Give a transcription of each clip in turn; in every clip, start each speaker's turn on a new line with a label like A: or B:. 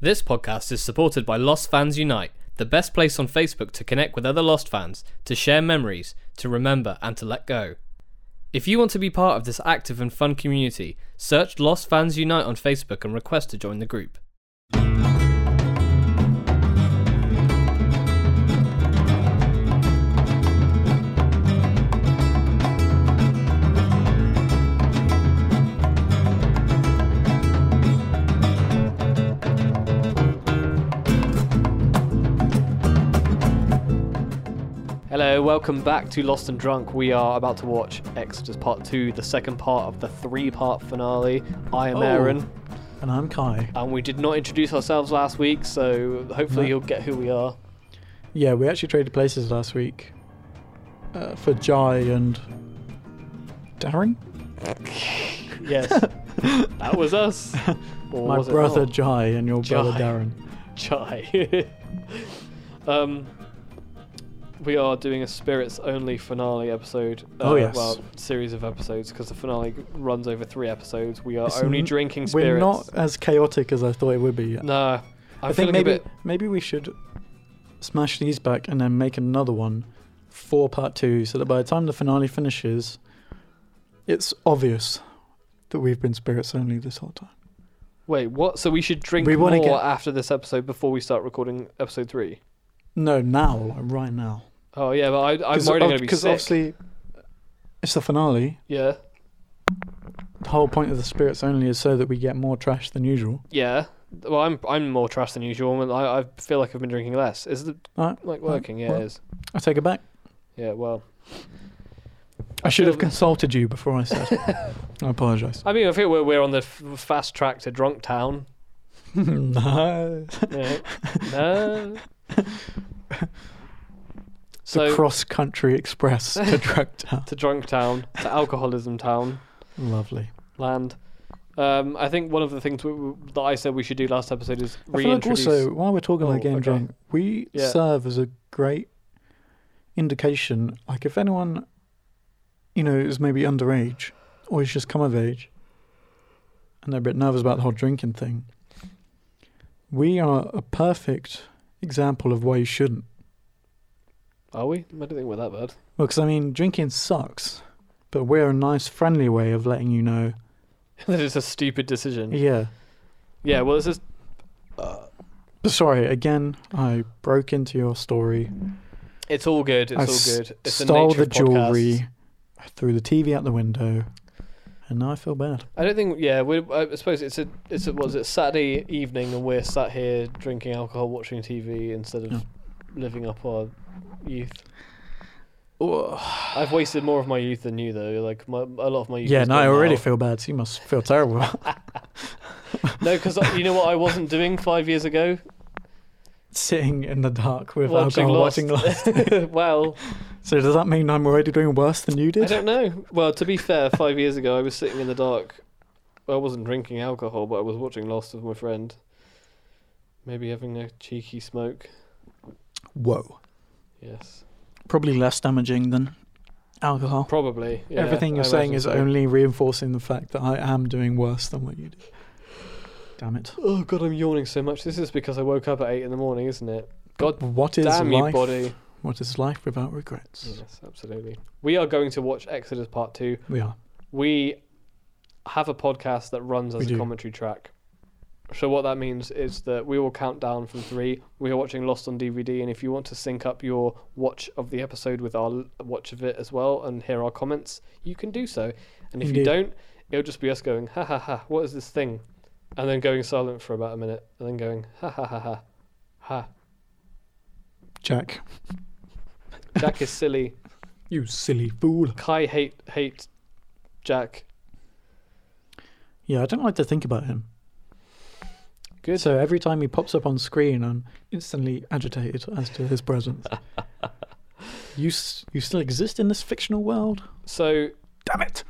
A: This podcast is supported by Lost Fans Unite, the best place on Facebook to connect with other Lost fans, to share memories, to remember, and to let go. If you want to be part of this active and fun community, search Lost Fans Unite on Facebook and request to join the group. Hello, welcome back to Lost and Drunk. We are about to watch Exodus Part 2, the second part of the three part finale. I am
B: Oh.
A: Aaron,
B: And I'm Kai.
A: and we did not introduce ourselves last week, so hopefully
B: No.
A: you'll get who we are.
B: Yeah, we actually traded places last week uh, for Jai and Darren.
A: Yes, that was us. Or
B: My
A: was it-
B: brother
A: oh.
B: Jai and your
A: Jai.
B: brother Darren.
A: chai. um, we are doing a spirits only finale episode. uh,
B: Oh, yes.
A: Well, series of episodes because the finale runs over three episodes. We are
B: It's
A: only
B: n-
A: drinking spirits.
B: We're not as chaotic as I thought it would be.
A: No, I'm
B: I think
A: feeling
B: maybe
A: a bit.
B: maybe we should smash these back and then make another one for part two, so that by the time the finale finishes, it's obvious that we've been spirits only this whole time.
A: Wait, what? So we should drink
B: We
A: more
B: wanna get-
A: after this episode before we start recording episode three.
B: No, now, like right now.
A: Oh yeah, but I, I'm
B: Because
A: already going to be sick.
B: obviously it's the finale.
A: yeah,
B: The whole point of the spirits only is so that we get more trash than usual.
A: yeah. Well, I'm I'm more trash than usual, and I, I feel like I've been drinking less. Is it
B: Alright,
A: like working? Yeah,
B: well.
A: it is.
B: I take it back.
A: Yeah, well.
B: I should have
A: feel-
B: consulted you before I said. it. I apologise.
A: I mean, I feel we're, we're on the f- fast track to Drunk Town.
B: no.
A: Yeah. no.
B: the
A: So,
B: cross country express to drug town.
A: to Drunk Town, to Alcoholism Town,
B: Lovely.
A: land. Um, I think one of the things we, we, that I said we should do last episode is
B: I feel like
A: reintroduce.
B: also while we're talking
A: Oh,
B: about getting
A: okay.
B: drunk, we
A: Yeah.
B: serve as a great indication. Like if anyone, you know, is maybe underage or has just come of age, and they're a bit nervous about the whole drinking thing, we are a perfect example of why you shouldn't.
A: Are we? I don't think we're that bad.
B: Well, 'cause I mean, drinking sucks, but we're a nice, friendly way of letting you know.
A: that is a stupid decision.
B: Yeah.
A: Yeah, well, this is.
B: Sorry again. I broke into your story.
A: It's all good. It's
B: I
A: all good. It's
B: stole
A: the, nature
B: the
A: of podcasts.
B: jewelry, I threw the TV out the window, and now I feel bad.
A: I don't think. Yeah, we. I suppose it's a. It's a, was it Saturday evening, and we're sat here drinking alcohol, watching TV instead of
B: Yeah.
A: living up our youth. I've wasted more of my youth than you, though. Like my, a lot of my youth.
B: yeah,
A: is
B: no, I
A: gone
B: already
A: now.
B: feel bad. So you must feel terrible.
A: no, because you know what I wasn't doing five years ago.
B: Sitting in the dark with
A: Watching
B: alcohol,
A: Lost.
B: watching Lost.
A: well,
B: so does that mean I'm already doing worse than you
A: I
B: did?
A: don't know. Well, to be fair, five years ago I was sitting in the dark. I wasn't drinking alcohol, but I was watching Lost with my friend. Maybe having a cheeky smoke.
B: Whoa,
A: Yes,
B: probably less damaging than alcohol.
A: probably. yeah,
B: Everything you're
A: I
B: saying
A: imagine
B: is
A: so.
B: only reinforcing the fact that I am doing worse than what you did. Damn it!
A: Oh god, I'm yawning so much. This is because I woke up at eight in the morning, isn't it? God
B: what is
A: Damn you,
B: life?
A: body.
B: What is life without regrets?
A: Yes, absolutely. We are going to watch Exodus Part Two.
B: We are.
A: We have a podcast that runs
B: We
A: as a
B: do.
A: commentary track. So what that means is that we will count down from three. We are watching Lost on DVD, and if you want to sync up your watch of the episode with our l- watch of it as well and hear our comments, you can do so. And if you
B: Indeed.
A: don't, it'll just be us going ha ha ha. What is this thing? And then going silent for about a minute, and then going ha ha ha ha ha.
B: Jack,
A: Jack is silly.
B: you silly fool.
A: Kai hate hate Jack.
B: Yeah, I don't like to think about him.
A: Good.
B: So every time he pops up on screen, I'm instantly agitated as to his presence. you s- you still exist in this fictional world?
A: So
B: Damn it!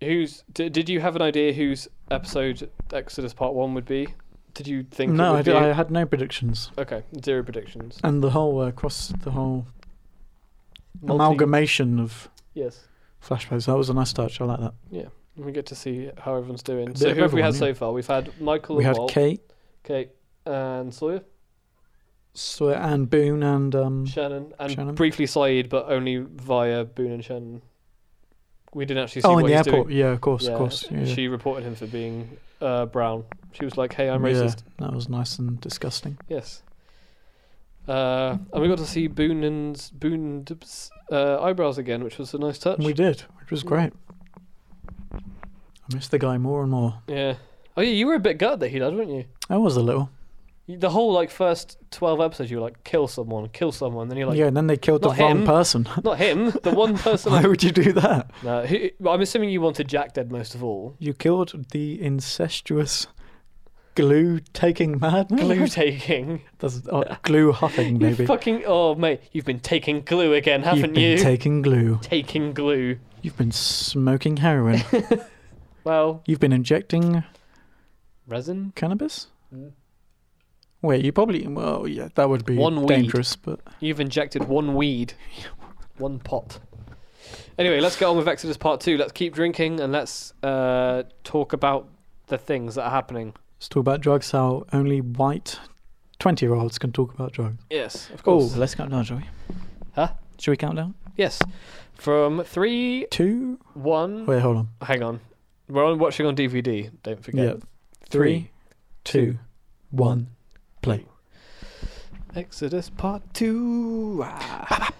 A: Who's d- did you have an idea whose episode Exodus Part One would be? Did you think? it
B: No,
A: would
B: I,
A: be?
B: d- I had no predictions,
A: Okay, zero predictions.
B: and the whole uh, cross the whole
A: Multi-
B: amalgamation of
A: Yes,
B: flashbacks. That was a nice touch. I like that.
A: we get to see how everyone's doing.
B: bit
A: So
B: of
A: who have we
B: everyone,
A: had
B: yeah.
A: so far? We've had Michael
B: we
A: and
B: had
A: Walt,
B: Kate,
A: Kate, and Sawyer,
B: So and Boone and um,
A: Shannon, and
B: Shannon.
A: briefly Saeed, but only via Boone and Shannon. We didn't actually see
B: oh,
A: what
B: in the
A: he's doing.
B: airport. Yeah, of course,
A: Yeah,
B: of course. Yeah.
A: She reported him for being uh, brown. She was like, "Hey, I'm
B: Yeah,
A: racist."
B: that was nice and disgusting.
A: Yes. Uh, and we got to see Boone and Boone's uh, eyebrows again, which was a nice touch.
B: And we did, which was
A: Yeah.
B: great. I miss the guy more and more.
A: yeah. Oh yeah, you were a bit gutted that he died, weren't you?
B: I was a little.
A: You- The whole like first twelve episodes, you were like, "Kill someone, kill someone." Then you're like,
B: yeah, and then they killed the
A: not
B: wrong
A: him.
B: person.
A: "Not him, the one person."
B: Why
A: I-
B: would you do that?
A: no, who, I'm assuming you wanted Jack dead most of all.
B: You killed the incestuous glue taking madman.
A: Glue taking,
B: That's, oh, glue huffing,
A: you
B: maybe.
A: fucking oh mate, you've been taking glue again,
B: You've
A: haven't
B: been
A: you?
B: taking glue.
A: taking glue.
B: You've been smoking heroin.
A: Well,
B: You've been injecting
A: resin.
B: cannabis.
A: Mm.
B: Wait, you probably well, yeah, that would be
A: One weed.
B: dangerous, but
A: You've injected one weed, one pot. Anyway, let's get on with Exodus Part 2. Let's keep drinking and let's uh, talk about the things that are happening.
B: let's talk about drugs. How only white twenty-year-olds can talk about drugs.
A: Yes, of
B: Oh,
A: course.
B: let's count down, shall we?
A: Huh?
B: Should we count down?
A: Yes. From 3,
B: Two.
A: 1.
B: Wait, hold on.
A: Hang on. We're on watching on DVD, don't forget.
B: Yeah. Three, two, one. Play.
A: Exodus Part 2. Ah.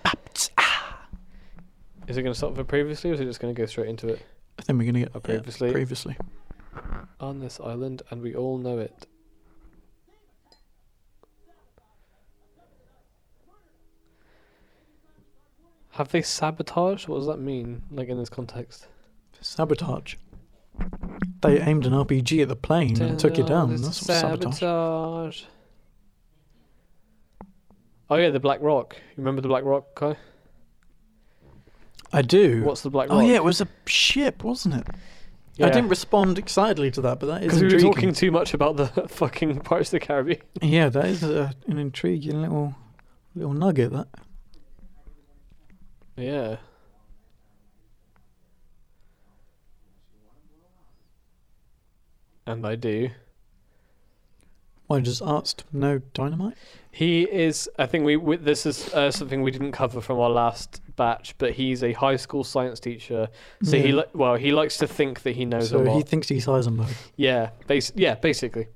A: Is it going to stop for previously or is it just going to go straight into it?
B: I think we're gonna get
A: Oh,
B: yeah,
A: previously.
B: previously.
A: on this island, and we all know it. Have they sabotaged? What does that mean, like in this context?
B: Sabotage. They aimed an RPG at the plane and took it down.
A: It's
B: That's what sabotage.
A: sabotage. Oh yeah, the Black Rock. You remember the Black Rock guy?
B: I do.
A: What's the Black Rock?
B: oh yeah, it was a ship, wasn't it? I didn't respond excitedly to that, but that is
A: because we were
B: intriguing.
A: talking too much about the fucking Pirates of the Caribbean.
B: Yeah, that is a, an intriguing little little nugget. That
A: Yeah. And I do.
B: why does Arst know dynamite?
A: He is. I think we. we this is uh, something we didn't cover from our last batch, but he's a high school science teacher. So he.
B: Yeah.
A: Li- well, he likes to think that he knows
B: so
A: a lot.
B: he thinks he's Heisenberg.
A: yeah. Bas- yeah. Basically.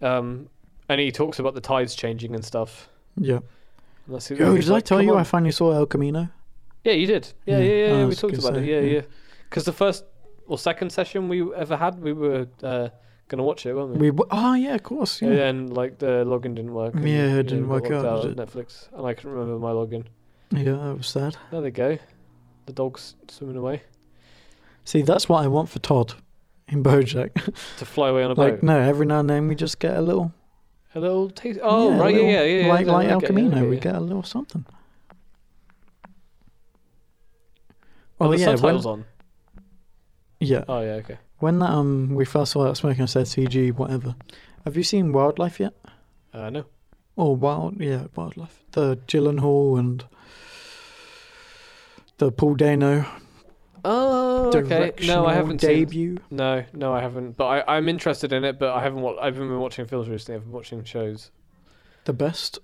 A: Um, and he talks about the tides changing and stuff.
B: Yeah.
A: And that's-
B: Oh,
A: he's
B: did I
A: like,
B: tell
A: "Come
B: you
A: on."
B: I finally saw El Camino?
A: Yeah, you did. Yeah, yeah,
B: Yeah, Oh,
A: yeah.
B: I
A: yeah, we
B: was
A: talked
B: gonna
A: about it.
B: say,
A: Yeah,
B: yeah.
A: yeah. Because the first or second session we ever had, we were uh, gonna watch it, weren't
B: We
A: we?
B: w- oh yeah, of course.
A: And
B: Yeah,
A: then like the login didn't work. and,
B: Yeah, it
A: you know,
B: didn't
A: got
B: work
A: locked
B: out,
A: out
B: did
A: of Netflix, and I couldn't remember my login.
B: yeah. that was sad.
A: There they go. The dog's swimming away
B: See, that's what I want for Todd in BoJack.
A: to fly away on a
B: like,
A: boat.
B: no, every now and then we just get a little.
A: A little taste. Oh
B: a
A: right, yeah,
B: little-
A: yeah, yeah. yeah,
B: Like,
A: no,
B: like El
A: okay, yeah,
B: Camino,
A: okay,
B: we
A: yeah.
B: get a little something.
A: Oh,
B: Well,
A: the
B: oh, yeah, when,
A: subtitles on.
B: yeah.
A: Oh yeah, okay.
B: When that um we first saw that smoking, I said CG, whatever. Have you seen Wildlife yet?
A: Uh, no.
B: Oh, wild, yeah, wildlife. The Gyllenhaal and the Paul Dano
A: Oh, okay. No,
B: directional
A: I haven't seen.
B: debut.
A: No, no, I haven't. But I, I'm interested in it. But I haven't. Wa- I haven't been watching films recently. I've been watching shows.
B: The best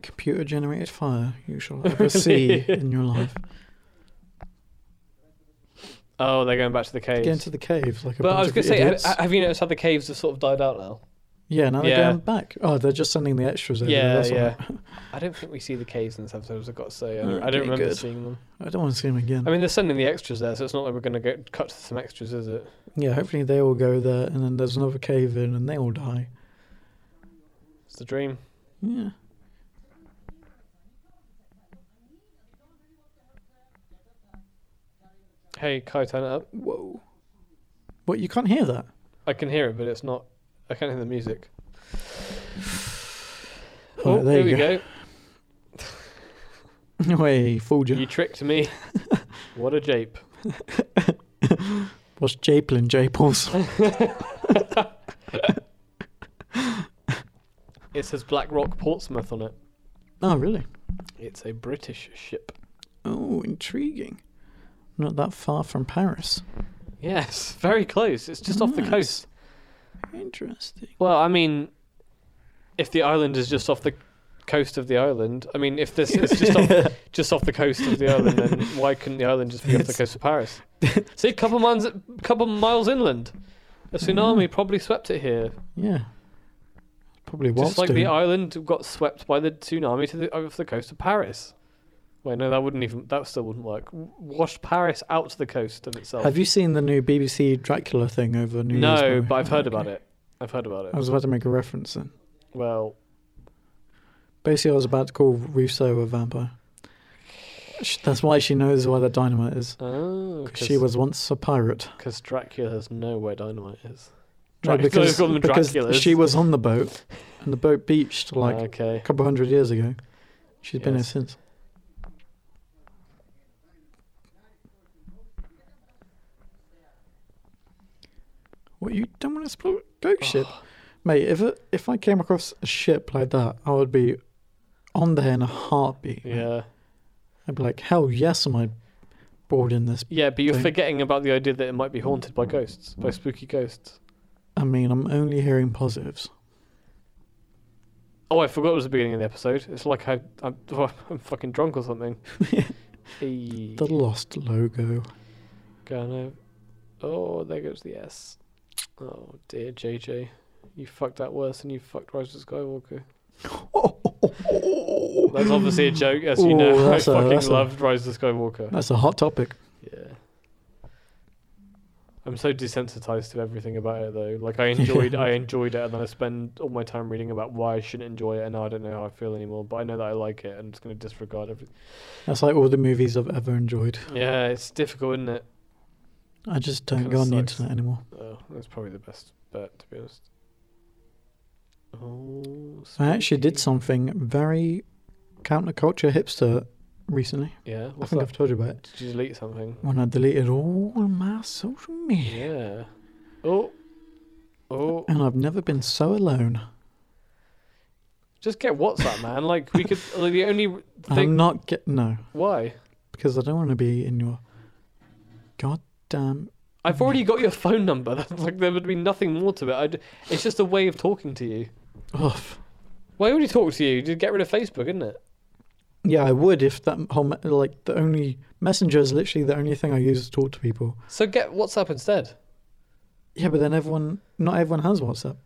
B: computer-generated fire you shall ever see in your life.
A: Oh, they're going back to the caves.
B: Get into the cave like a
A: but
B: bunch
A: I was
B: of
A: gonna say, have,
B: idiots.
A: have you noticed how the caves have sort of died out now?
B: yeah, now they're
A: Yeah.
B: going back. Oh, they're just sending the extras over. there,
A: Yeah,
B: that's all
A: yeah.
B: right.
A: I don't think we see the caves in this episode. I've got to say, I don't, I
B: Okay,
A: don't remember
B: good.
A: seeing them.
B: I don't want to see them again.
A: I mean, they're sending the extras there, so it's not like we're going to go cut to some extras, is it?
B: yeah, hopefully they all go there, and then there's another cave in, and they all die.
A: It's the dream.
B: Yeah.
A: Hey, Kai, turn it up.
B: Whoa. What? You can't hear that.
A: I can hear it, but it's not. I can't hear the music.
B: Right,
A: oh,
B: there
A: here
B: you
A: we go.
B: Wait, fooled you.
A: You tricked me. what a jape.
B: What's Japlin Japles?
A: It says Black Rock Portsmouth on it.
B: oh, really?
A: It's a British ship.
B: Oh, intriguing. Not that far from Paris.
A: Yes, very close. It's just off the
B: Nice.
A: coast.
B: Interesting.
A: Well, I mean, if the island is just off the coast of the island, I mean, if this is just off, just off the coast of the island, then why couldn't the island just be off the
B: It's-
A: coast of Paris? See, couple miles, couple miles inland, a
B: Mm.
A: tsunami probably swept it here,
B: Yeah. Probably
A: just
B: whilst
A: like
B: doing.
A: the island got swept by the tsunami to the off the coast of Paris. Wait, no, that wouldn't even that still wouldn't work. W- Washed Paris out to the coast of itself.
B: Have you seen the new BBC Dracula thing over New Year's? by
A: no,
B: the
A: but
B: way?
A: I've heard
B: Okay.
A: about it. I've heard about
B: I
A: it.
B: was about to make a reference then.
A: Well,
B: Basically, I was about to call Russo a vampire. Sh- That's why she knows where the dynamite is.
A: oh,
B: 'cause she was once a pirate.
A: because Dracula has no where dynamite is.
B: No,
A: Drac-
B: because,
A: call them
B: because
A: Draculas.
B: she was on the boat, and the boat beached like
A: okay.
B: a couple hundred years ago. She's been here
A: Yes.
B: since. What you don't want to explore ghost ship,
A: Oh.
B: mate? If it, if I came across a ship like that, I would be on there in a heartbeat. mate.
A: Yeah.
B: I'd be like, hell yes, am I bored in this?
A: Yeah, but you're
B: Thing.
A: forgetting about the idea that it might be haunted by ghosts,
B: Mm.
A: by spooky ghosts.
B: I mean, I'm only hearing positives.
A: Oh, I forgot it was the beginning of the episode. It's like I, I'm, I'm fucking drunk or something. Hey,
B: The lost logo.
A: gonna, oh, there goes the S. Oh dear, JJ, you fucked that worse than you fucked Rise of Skywalker. That's obviously a joke, as you
B: Ooh,
A: know. I
B: that's a-
A: fucking
B: that's a-
A: loved Rise of Skywalker.
B: That's a hot topic.
A: Yeah. I'm so desensitized to everything about it though. Like I enjoyed I enjoyed it and then I spend all my time reading about why I shouldn't enjoy it and now I don't know how I feel anymore, but I know that I like it and I'm just gonna disregard everything.
B: That's like all the movies I've ever enjoyed.
A: Yeah, it's difficult, isn't it?
B: I just don't
A: Kinda
B: go on the
A: sucks.
B: internet anymore.
A: Oh, that's probably the best bet to be honest. Oh
B: I actually did
A: spooky.
B: something very counterculture hipster recently.
A: Yeah,
B: I
A: what's
B: think
A: that?
B: I've told you about it.
A: Did you delete something?
B: When I deleted all my social media.
A: Yeah. Oh Oh
B: And I've never been so alone.
A: just get WhatsApp man. Like we could like, the only
B: I'm
A: thing
B: not get no,
A: why?
B: because I don't want to be in your goddamn
A: I've already got your phone number. That's like there would be nothing more to it. I'd, it's just a way of talking to you.
B: ugh.
A: Why would he talk to you? Just get rid of Facebook, isn't it?
B: Yeah, I would if that whole me- like the only messenger is literally the only thing I use to talk to people.
A: So get WhatsApp instead.
B: Yeah, but then everyone, not everyone has WhatsApp.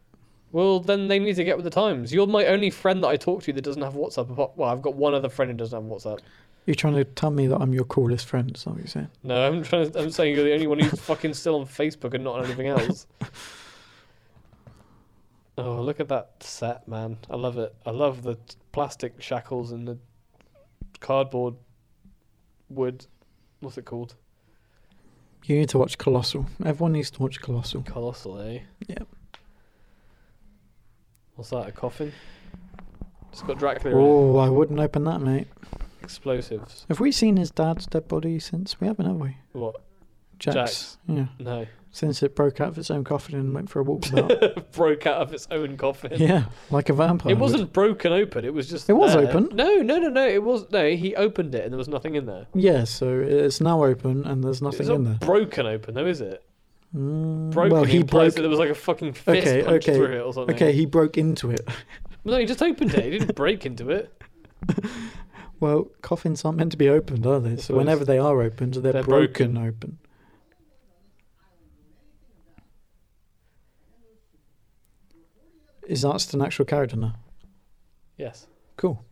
A: Well, then they need to get with the times. You're my only friend that I talk to that doesn't have WhatsApp. apart- Well, I've got one other friend who doesn't have WhatsApp.
B: You're trying to tell me that I'm your coolest friend. Is that what you're saying?
A: No, I'm trying. To, I'm saying you're the only one who's fucking still on Facebook and not on anything else. Oh, look at that set, man! I love it. I love the t- plastic shackles and the cardboard wood. What's it called?
B: You need to watch Colossal. Everyone needs to watch Colossal.
A: Colossal, eh?
B: Yep.
A: What's that? A coffin? It's got Dracula in
B: Oh, I wouldn't open that, mate.
A: it. Explosives.
B: Have we seen his dad's dead body since? We haven't, have we?
A: What?
B: Jack's.
A: Jack's.
B: Yeah.
A: No.
B: Since it broke out of its own coffin and went for a walkabout.
A: Broke out of its own coffin.
B: yeah, like a vampire.
A: It
B: would.
A: wasn't broken open. It was just.
B: It was
A: there.
B: open.
A: No, no, no, no. It was no. He opened it and there was nothing in there.
B: Yeah, so it's now open and there's
A: It's
B: nothing
A: not
B: in there.
A: broken open though, is it?
B: Mm,
A: Broken
B: well, he
A: implies
B: broke.
A: that there was like a fucking fist
B: Okay,
A: punched
B: okay,
A: through it or something.
B: Okay, he broke into it.
A: No, he just opened it. He didn't break into it.
B: Well, coffins aren't meant to be opened, are they? So
A: suppose.
B: whenever they are opened, they're,
A: They're
B: broken,
A: broken.
B: open. Is Arst an actual character now?
A: Yes.
B: Cool.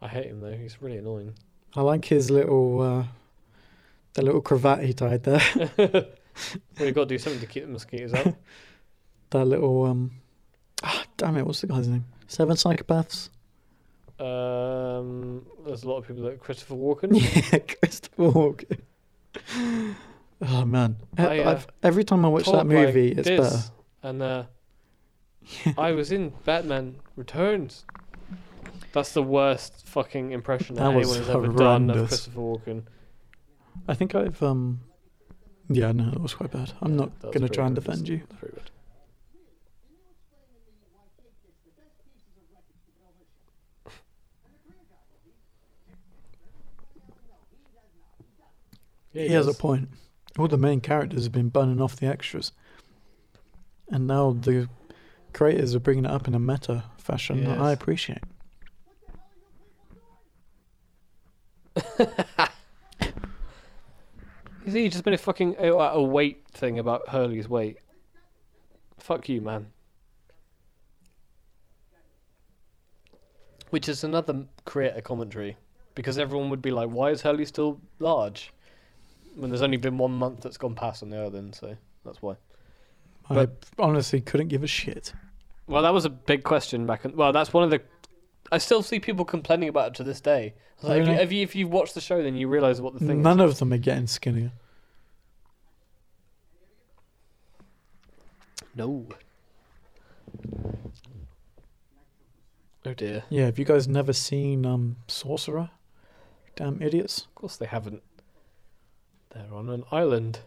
A: I hate him though. He's really annoying.
B: I like his little, uh, the little cravat he tied there.
A: well, you've got to do something to keep the mosquitoes out.
B: that little, um, ah, damn it, what's the guy's name? Seven Psychopaths?
A: Um, there's a lot of people that Christopher Walken.
B: yeah, Christopher Walken. Oh man!
A: I, uh,
B: I've, every time I watch
A: Talk
B: that movie,
A: like
B: it's
A: this,
B: better.
A: And uh, I was in Batman Returns. That's the worst fucking impression that,
B: That was
A: anyone has ever done of
B: horrendous.
A: Christopher Walken.
B: I think I've um yeah, no, that was quite bad. I'm not
A: That was
B: gonna
A: pretty
B: try and
A: good.
B: defend you.
A: That's pretty good. Yeah,
B: He has a
A: does.
B: point. All the main characters have been burning off the extras. And now the creators are bringing it up in a meta fashion that I
C: Yes.
B: appreciate.
A: You see, you just made a fucking a, a weight thing about Hurley's weight. Fuck you, man. Which is another creator commentary, because everyone would be like, "Why is Hurley still large?" When there's only been one month that's gone past on the island, so that's why. But-
B: I honestly couldn't give a shit.
A: Well, that was a big question back. In, well, that's one of the. I still see people complaining about it to this day. I was like, if, you,
B: Really?
A: if, you, if you've watched the show, then you realise what the thing is.
B: None of them are getting skinnier.
A: No. Oh dear.
B: Yeah, have you guys never seen um Sorcerer? Damn idiots.
A: Of course they haven't. They're on an island.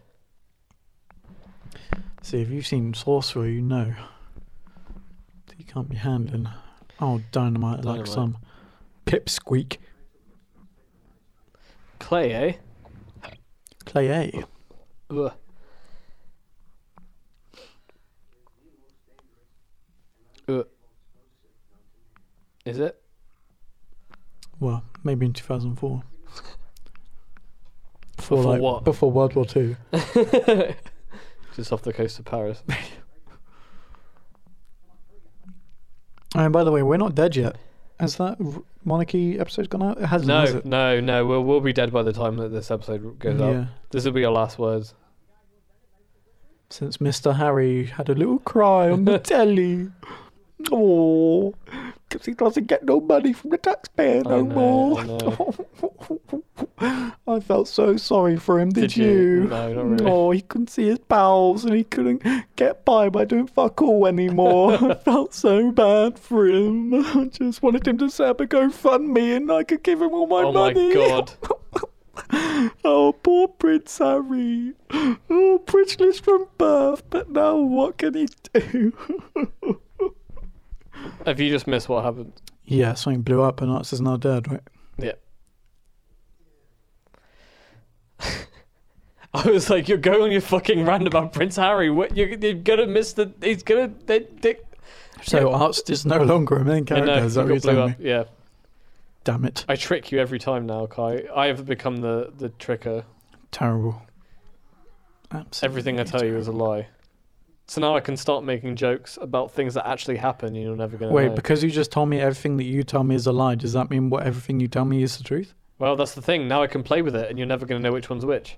B: See, if you've seen Sorcerer, you know that you can't be handling oh dynamite, like
A: Dynamite.
B: some pipsqueak.
A: Clay, eh?
B: Clay A.
A: Ugh. Ugh. Is it?
B: Well, maybe in 2004. Before,
A: Before
B: like,
A: what?
B: Before World War Two.
A: Just off the coast of Paris.
B: And by the way, we're not dead yet. Has that r- monarchy episode gone out? It hasn't. has
A: no,
B: it?
A: no, no. We'll we'll be dead by the time that this episode goes
B: yeah.
A: up. This will be our last words.
B: Since Mr. Harry had a little cry on the telly. Oh, because he doesn't get no money from the taxpayer
A: I
B: no
A: know,
B: more.
A: I
B: I,
A: know.
B: felt so sorry for him. Did,
A: No, not really.
B: Oh, he couldn't see his bowels and he couldn't get by by doing fuck all anymore. I felt so bad for him. I just wanted him to set up a GoFundMe and I could give him all my
A: oh
B: money.
A: my god.
B: Oh, poor Prince Harry. Oh, privileged from birth, but now what can he do?
A: Have you just missed what happened?
B: yeah, something blew up and Arts is now dead, right?
A: Yeah. I was like, you're going on your fucking rant about Prince Harry. What you're, you're gonna miss the? He's gonna. They, they,
B: So Arts is no longer a main
A: Yeah,
B: character, is that what
A: he
B: you're
A: got blew
B: telling me?
A: up. Yeah,
B: Damn it.
A: I trick you every time now, Kai. I have become the the tricker.
B: Terrible. Absolutely.
A: Everything I tell you is a lie. So now I can start making jokes about things that actually happen, and you're never gonna.
B: Wait,
A: know.
B: because you just told me everything that you tell me is a lie, does that mean what everything you tell me is the truth?
A: well, that's the thing. Now I can play with it, and you're never gonna know which one's which.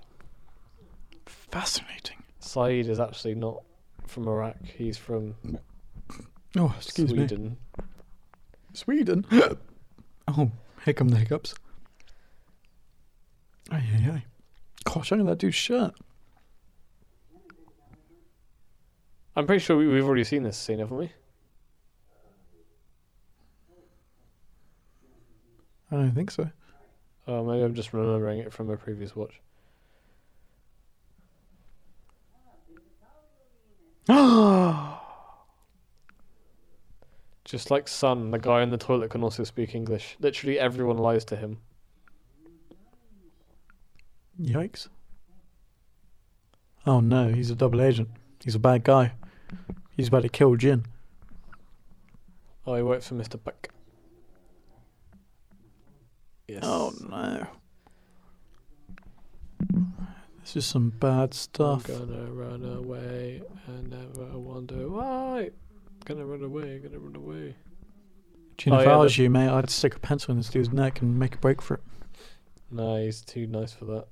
B: Fascinating.
A: Saeed is actually not from Iraq. He's from
B: Oh, excuse me.
A: Sweden.
B: Sweden. oh, here come the hiccups. Ay, ay, ay. Gosh, look at that dude's shirt.
A: I'm pretty sure we, we've already seen this scene, haven't we?
B: I don't think so.
A: Oh, maybe I'm just remembering it from a previous watch. Just like Sun, the guy in the toilet can also speak English. Literally everyone lies to him.
B: Yikes. Oh no, he's a double agent. He's a bad guy. He's about to kill Jin.
A: Oh, he worked for Mr. Buck. Yes.
B: Oh no. This is some bad
A: I'm
B: stuff.
A: gonna run away and never wonder why. Gonna run away, gonna run away.
B: Jin,
A: Oh,
B: if
A: yeah,
B: I
A: the-
B: was you, mate, I'd stick a pencil in this dude's neck and make a break for it.
A: No, he's too nice for that.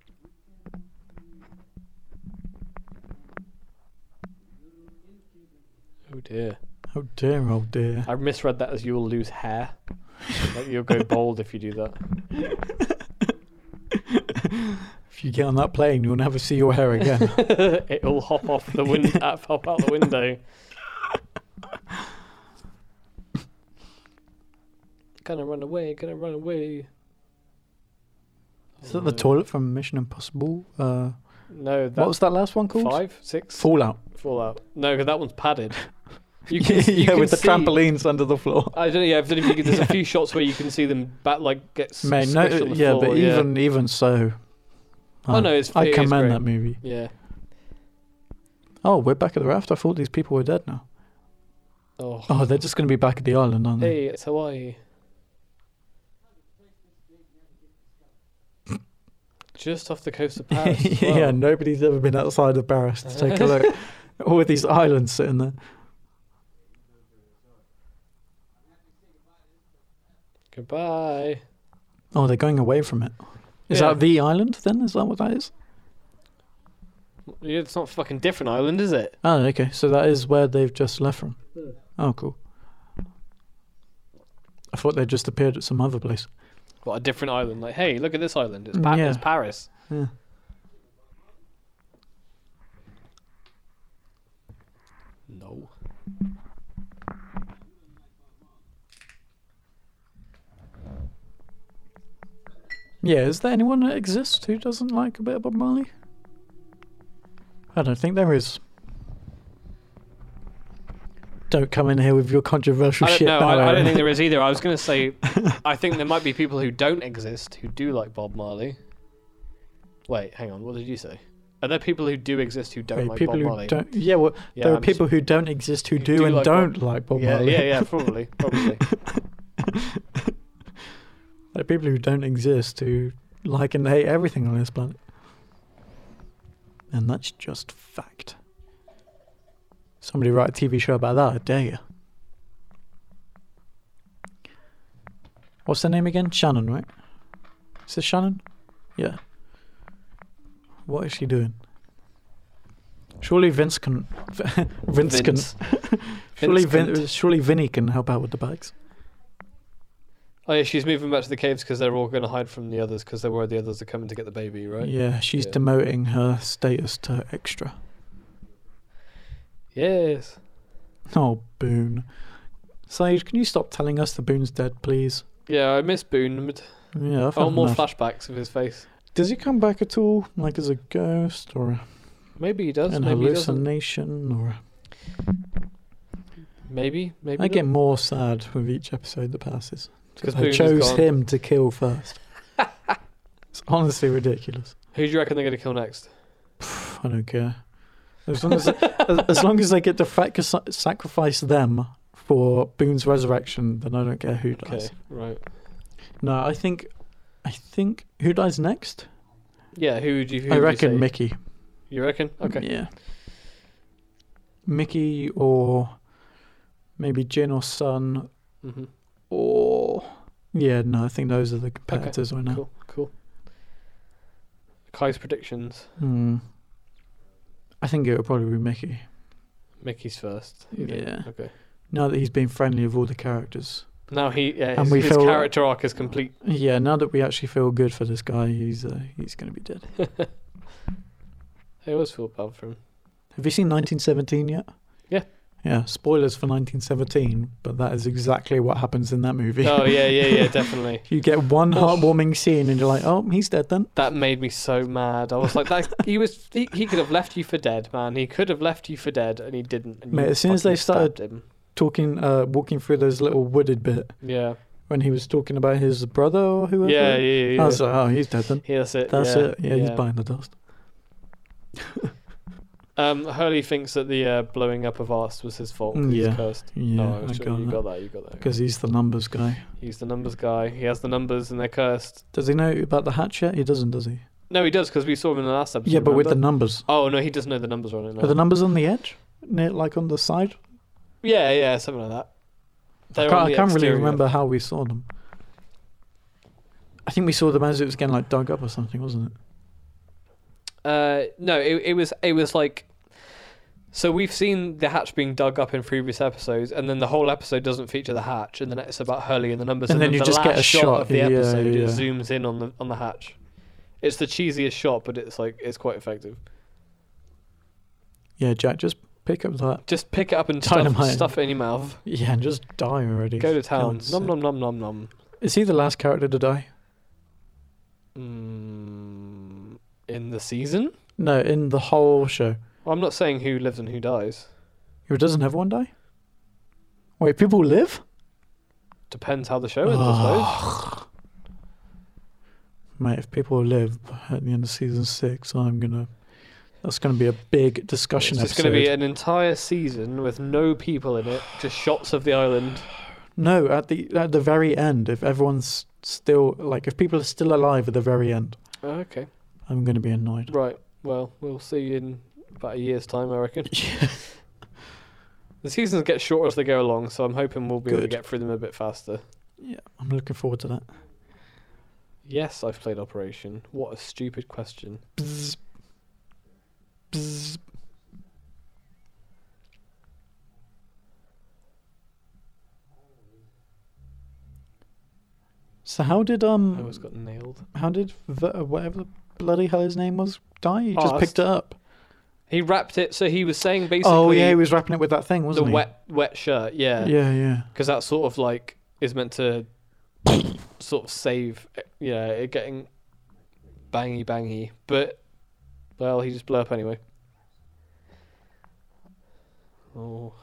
A: Oh dear.
B: Oh dear, oh dear.
A: I misread that as you'll lose hair. like you'll go bald if you do that.
B: If you get on that plane, you'll never see your hair again.
A: It'll hop off the win- uh, hop out the window. gonna run away, gonna run away.
B: is that the toilet from Mission Impossible? Uh,
A: No, that's
B: what was that last one called?
A: five, six,
B: Fallout.
A: Fallout. No, 'cause that one's padded. You you
B: yeah, with the
A: see-
B: trampolines under the floor.
A: I don't know. Yeah, I don't know if you can, there's a few shots where you can see them back, like get s-
B: Mate, no, uh,
A: squished on the
B: yeah,
A: floor,
B: but
A: yeah.
B: even even so,
A: Oh,
B: uh,
A: no, it's-
B: I
A: it is
B: commend
A: great.
B: that movie.
A: yeah.
B: Oh, we're back at the raft. I thought these people were dead now.
A: Oh,
B: Oh, they're just going to be back at the island, aren't they?
A: hey, it's Hawaii. Just off the coast of Paris. as well.
B: yeah, nobody's ever been outside of Paris to take a look. All of these islands sitting there.
A: Goodbye.
B: Oh, they're going away from it. Is
A: Yeah.
B: that the island then? Is that what that is?
A: Yeah, It's not a fucking different island, is it?
B: Oh, okay. So that is where they've just left from.
A: Hmm.
B: Oh, cool. I thought they just appeared at some other place.
A: What a different island. Like, hey, look at this island. It's, pa-
B: Yeah.
A: it's Paris.
B: Yeah.
A: No.
B: Yeah, is there anyone that exists who doesn't like a bit of Bob Marley? I don't think there is. Don't come in here with your controversial
A: I don't
B: shit.
A: know.
B: now,
A: I, I don't
B: Aaron.
A: think there is either. I was going to say, I think there might be people who don't exist who do like Bob Marley. Wait, hang on. What did you say? Are there people who do exist who don't
B: Wait,
A: like
B: people
A: Bob
B: who
A: Marley?
B: don't. Yeah, well,
A: Yeah,
B: there are
A: I'm
B: people who don't exist who
A: who
B: do,
A: do
B: and
A: like Bob-
B: don't like Bob
A: yeah,
B: Marley.
A: yeah, yeah. Probably, probably.
B: There are people who don't exist who like and hate everything on this planet. And that's just fact. Somebody write a TV show about that, I dare you. What's her name again? Shannon, right? Is this Shannon? Yeah. What is she doing? Surely Vince can. Vince can.
A: Vince.
B: Surely,
A: Vince
B: Vin,
A: cunt.
B: surely Vinny can help out with the bags.
A: Oh yeah, she's moving back to the caves because they're all going to hide from the others because they're worried the others are coming to get the baby, right?
B: Yeah, she's
A: Yeah.
B: demoting her status to extra.
A: Yes.
B: Oh, Boone. Sage, can you stop telling us the Boone's dead, please?
A: Yeah, I miss Boone.
B: Yeah, I've had
A: Oh, more
B: enough.
A: flashbacks of his face.
B: Does he come back at all? Like as a ghost or a-
A: Maybe he does.
B: an
A: maybe he doesn't.
B: hallucination? Or a-
A: Maybe. Maybe.
B: I get more sad with each episode that passes.
A: because
B: I chose him to kill first. it's honestly ridiculous.
A: Who do you reckon they're going to kill next?
B: Pff, I don't care. As long as, as, as long as they get to fac- sacrifice them for Boone's resurrection, then I don't care who dies.
A: Okay. Right.
B: No, I think, I think who dies next?
A: Yeah. Who do you? Who
B: I
A: would you
B: reckon
A: say?
B: Mickey.
A: You reckon? Okay.
B: Yeah. Mickey or maybe Jin or Sun
A: hmm
B: or yeah, no, I think those are the competitors right now.
A: Cool. Cool. Kai's predictions.
B: Hmm. I think it would probably be Mickey.
A: Mickey's first. you think?
B: Yeah.
A: Okay.
B: Now that he's been friendly with all the characters.
A: Now he. Yeah.
B: And
A: His,
B: we
A: his
B: feel-
A: character arc is complete.
B: Yeah, now that we actually feel good for this guy, he's uh, he's going to be dead.
A: I always feel bad for him.
B: Have you seen 1917 yet?
A: Yeah.
B: Yeah, spoilers for 1917, but that is exactly what happens in that movie.
A: oh yeah, yeah, yeah. Definitely.
B: You get one
A: Oh.
B: heartwarming scene and you're like, oh, he's dead then.
A: That made me so mad. I was like, that he was he, he could have left you for dead, man. He could have left you for dead, and he didn't. And you
B: Mate, as soon as
A: fucking
B: they started-
A: stabbed him.
B: Talking, uh, walking through those little wooded bit
A: yeah,
B: when he was talking about his brother or whoever.
A: yeah, yeah, yeah. yeah.
B: I was like, oh, he's dead then.
A: Yeah, that's it.
B: That's
A: yeah,
B: it. Yeah, he's biting the dust.
A: Um, Hurley thinks that the uh, blowing up of Ast was his fault. 'cause
B: Mm, yeah.
A: He's cursed.
B: Yeah,
A: no, I was
B: I
A: sure
B: got
A: you
B: that.
A: got that. You got that.
B: Because he's the numbers guy.
A: He's the numbers guy. He has the numbers, and they're cursed.
B: Does he know about the hatch yet? He doesn't, does he?
A: No, he does because we saw him in the last episode.
B: yeah, but with the
A: remember?
B: numbers.
A: oh no, he doesn't know the numbers on it. No.
B: Are the numbers on the edge? Near, like on the side?
A: yeah, yeah, something like that.
B: I
A: They're
B: can't,
A: on
B: I
A: the
B: can't really
A: exterior.
B: remember how we saw them. I think we saw them as it was getting like dug up or something, wasn't it?
A: Uh, no, it, it was it was like so we've seen the hatch being dug up in previous episodes, and then the whole episode doesn't feature the hatch, and then it's about Hurley and the numbers,
B: And then you
A: the
B: just
A: last
B: get a shot,
A: of the
B: yeah,
A: episode.
B: yeah.
A: It zooms in on the on the hatch. It's the cheesiest shot, but it's like it's quite effective.
B: Yeah, Jack, just pick up that.
A: Just pick it up and stuff,
B: Dynamite.
A: stuff it in your mouth.
B: Yeah, and just die already.
A: Go to
B: For
A: town.
B: God's
A: Nom
B: sake.
A: nom nom nom nom.
B: Is he the last character to die?
A: Mm, in the season,
B: No, in the whole show.
A: well, I'm not saying who lives and who dies.
B: Who doesn't have one die? Wait, people live?
A: Depends how the show ends,
B: Ah,
A: I suppose.
B: Mate, if people live at the end of season six, I'm gonna That's going to be a big discussion
A: It's
B: episode.
A: going to be an entire season with no people in it, just shots of the island.
B: no, at the at the very end, if everyone's still like, if people are still alive at the very end,
A: Okay.
B: I'm going to be annoyed.
A: Right. Well, we'll see you in about a year's time, I reckon. the seasons get shorter as they go along, so I'm hoping we'll be able to
B: Good.
A: get through them a bit faster.
B: Yeah, I'm looking forward to that.
A: Yes, I've played Operation. What a stupid question.
B: Bzz. Bzz. So how did
A: I
B: um
A: almost got nailed.
B: how did v- uh, whatever the bloody hell his name was die? He just
A: Asked.
B: picked it up.
A: He wrapped it, so he was saying basically
B: oh yeah, he was wrapping it with that thing,
A: the
B: wasn't he?
A: wet wet shirt, yeah.
B: Yeah, yeah.
A: because that sort of like is meant to sort of save yeah it getting bangy bangy but well he just blew up anyway oh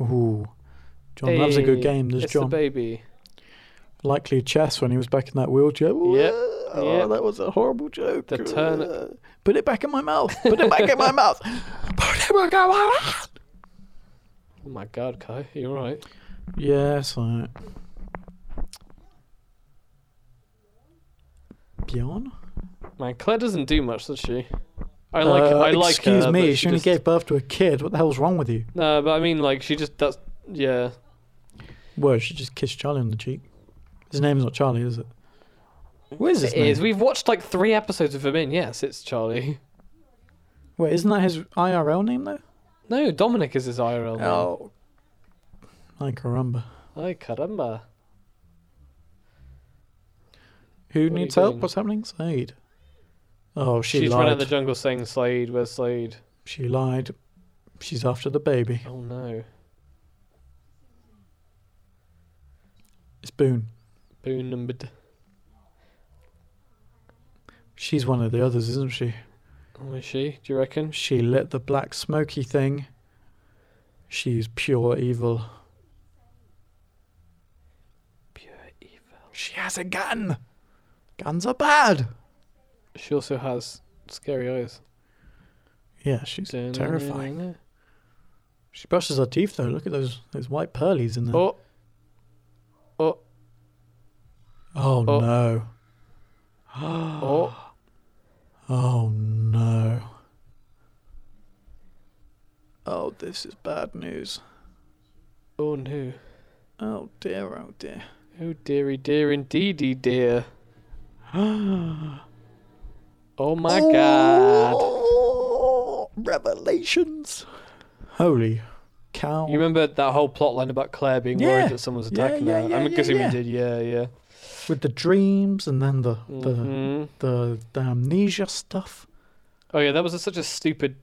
B: Ooh, John loves a good
A: Hey,
B: game. There's
A: it's the
B: John.
A: baby
B: Likely chess when he was back in that wheelchair.
A: Yep,
B: Oh,
A: yep.
B: that was a horrible joke.
A: The turn-
B: Uh, Put it back in my mouth. Put it back in my mouth. Put it back in my mouth.
A: oh my god kai you're right
B: Yes, I. Bjorn?
A: man claire doesn't do much does she i like
B: Uh,
A: i like
B: Excuse
A: her, but
B: me,
A: she,
B: she, only
A: just-
B: gave birth to a kid. What the hell's wrong with you?
A: no but i mean like she just that's yeah
B: Well, she just kissed Charlie on the cheek. His name's not Charlie, is it? What is his
A: it
B: name?
A: is we've watched like three episodes of him in yes it's charlie
B: Wait, isn't that his IRL name, though?
A: no dominic is his irl name.
B: Oh. Ay, caramba.
A: ay caramba
B: Who
A: What are you
B: needs help?
A: doing?
B: What's happening? Said. Oh, she
A: She's
B: lied.
A: running the jungle saying Slade, where's Slade?
B: She lied. She's after the baby.
A: Oh no.
B: It's Boone.
A: Boon numbered.
B: She's one of the others, isn't she?
A: Oh, is she? Do you reckon?
B: She lit the black smoky thing. She's pure evil.
A: Pure evil.
B: She has a gun. Guns are bad.
A: She also has scary eyes.
B: Yeah, she's terrifying. She brushes her teeth though. Look at those those white pearlies in there.
A: Oh,
B: Oh,
A: oh.
B: no.
A: oh.
B: Oh no. Oh, this is bad news.
A: Oh no.
B: Oh dear, oh dear.
A: Oh dearie dear indeedy dear. Oh my god.
B: Oh, revelations. Holy cow.
A: You remember that whole plot line about Claire being
B: Yeah.
A: worried that someone's
B: Yeah,
A: attacking
B: yeah,
A: her?
B: yeah,
A: I'm
B: yeah,
A: guessing
B: yeah.
A: we did, yeah, yeah.
B: With the dreams and then the, the,
A: Mhm.
B: the, the amnesia stuff.
A: Oh yeah, that was such a stupid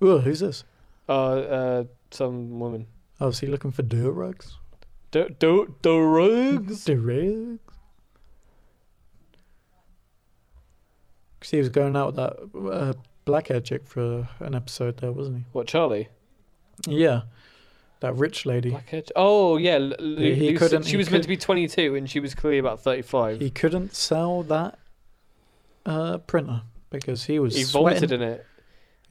B: Oh, who's this?
A: uh uh some woman.
B: Oh, is he looking for Durex?
A: Do do do
B: Durex? Because he was going out with that uh, black hair chick for an episode there, wasn't
A: What Charlie?
B: he? Yeah. That rich lady.
A: Black hair. Oh yeah, L- Lu-
B: Yeah, he
A: Lucy-
B: couldn't-
A: She
B: he
A: was meant to be 22, and she was clearly about 35.
B: He
A: He,
B: couldn't sell that uh, printer because he was sweating.
A: vomited in it.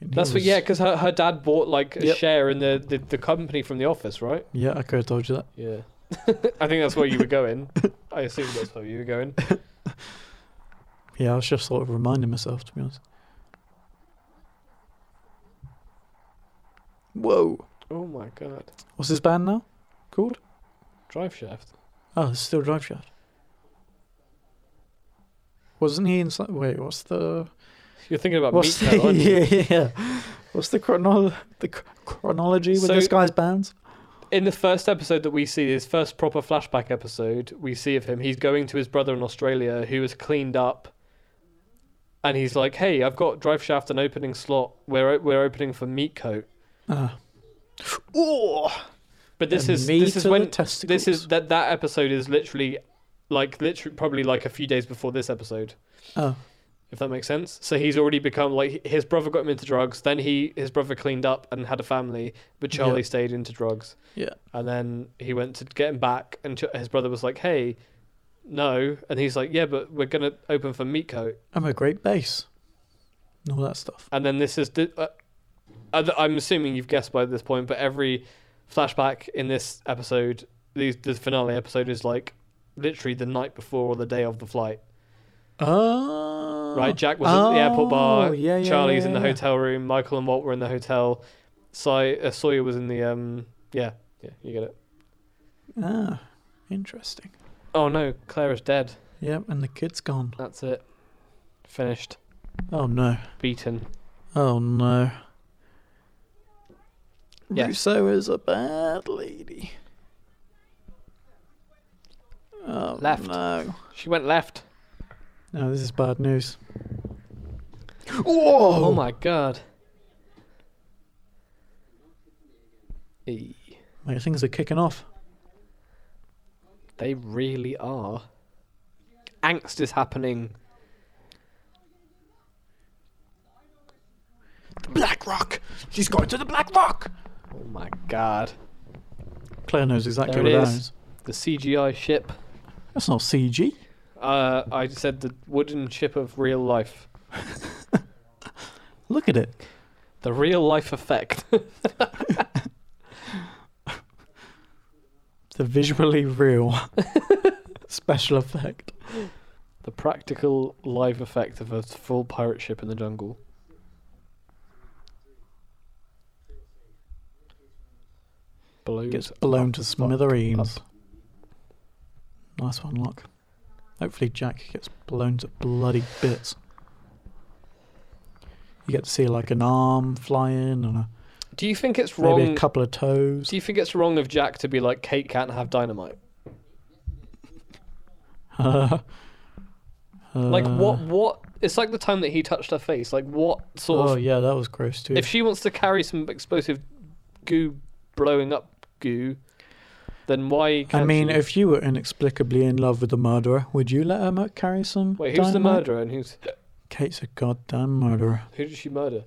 B: And he
A: That's what.
B: was-
A: Yeah, because her, her dad bought like a
B: Yep.
A: share in the, the the company from the office, right?
B: Yeah, I could have told you that.
A: Yeah. I think that's where you were going. I assume that's where you were going.
B: Yeah, I was just sort of reminding myself, to be honest. Whoa.
A: Oh my god.
B: What's this band now called?
A: Drive shaft.
B: Oh, it's still Drive Shaft. Wasn't he inside? Wait, what's the.
A: You're thinking about
B: What's
A: meat. Now,
B: the.
A: aren't you?
B: Yeah, yeah, yeah. What's the, chrono- the ch- chronology with
A: So-
B: this guy's bands?
A: In the first episode that we see, his first proper flashback episode, we see of him. He's going to his brother in Australia, who is cleaned up, and he's like, "Hey, I've got drive shaft and opening slot. We're o- we're opening for meat coat."
B: Ah. Oh!
A: But this
B: The
A: is
B: meat
A: this
B: of
A: is
B: the
A: when
B: testicles.
A: this is that that episode is literally like literally probably like a few days before this episode,
B: Oh,
A: if that makes sense. So he's already become like his brother got him into drugs, then he his brother cleaned up and had a family, but Charlie
B: Yeah.
A: stayed into drugs.
B: Yeah.
A: And then he went to get him back and Ch- his brother was like, "Hey, no." And he's like, "Yeah, but we're going to open for Meat Coat."
B: I'm a great bass. and all that stuff.
A: And then this is. the- Uh, I- I'm assuming you've guessed by this point, but every flashback in this episode, the, the finale episode, is like literally the night before or the day of the flight.
B: Oh,
A: Right? Jack was at the airport bar.
B: yeah, yeah,
A: Charlie's
B: yeah,
A: in the
B: yeah.
A: hotel room. Michael and Walt were in the hotel. Sy- uh, Sawyer was in the. um. Yeah, yeah, you get it.
B: Ah, interesting.
A: Oh no, Claire is dead.
B: Yep, and the kid's gone.
A: That's it. Finished.
B: Oh no.
A: Beaten.
B: Oh no.
A: Yes.
B: Rousseau is a bad lady. Oh
A: Left.
B: no.
A: She went left.
B: No, this is bad news. Whoa!
A: Oh, my god. E-
B: Mate, things are kicking off.
A: They really are. Angst is happening.
B: Black Rock! She's going to the Black Rock!
A: Oh my god.
B: Claire knows exactly
A: There
B: what
A: it
B: that
A: is.
B: is.
A: The CGI ship.
B: That's not CG.
A: Uh, I said the wooden ship of real life.
B: Look at it.
A: The real life effect.
B: The visually real special effect.
A: the practical live effect of a full pirate ship in the jungle. Balloons
B: Gets blown to smithereens.
A: up.
B: Nice one, Locke. Hopefully, Jack gets blown to bloody bits. You get to see like an arm flying and a,
A: Do you think it's
B: maybe
A: wrong?
B: a couple of toes.
A: Do you think it's wrong of Jack to be like, Kate can't have dynamite? Like,
B: Uh.
A: what? What? It's like the time that he touched her face. Like, what sort
B: Oh
A: of?
B: yeah, that was gross too.
A: If she wants to carry some explosive goo, blowing up goo, then why? Can't
B: I mean,
A: she-
B: if you were inexplicably in love with the murderer, would you let her mu- carry some?
A: wait, who's the
B: dynamite?
A: murderer and who's
B: Kate's a goddamn murderer.
A: who did she murder?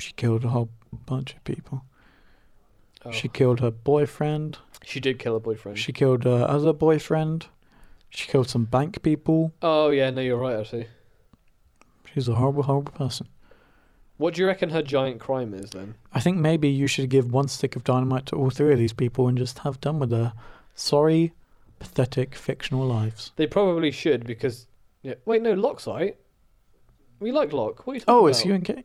B: She killed a whole bunch of people.
A: Oh,
B: She killed her boyfriend.
A: she did kill her boyfriend.
B: She killed her other boyfriend. She killed some bank people.
A: oh yeah, no, you're right. Actually,
B: She's a horrible, horrible person.
A: what do you reckon her giant crime is then?
B: I think maybe you should give one stick of dynamite to all three of these people and just have done with their sorry, pathetic, fictional lives.
A: They probably should because. Yeah, wait, no, Locke's right. We like Locke. What are you talking
B: Oh,
A: about?
B: it's you and Kate.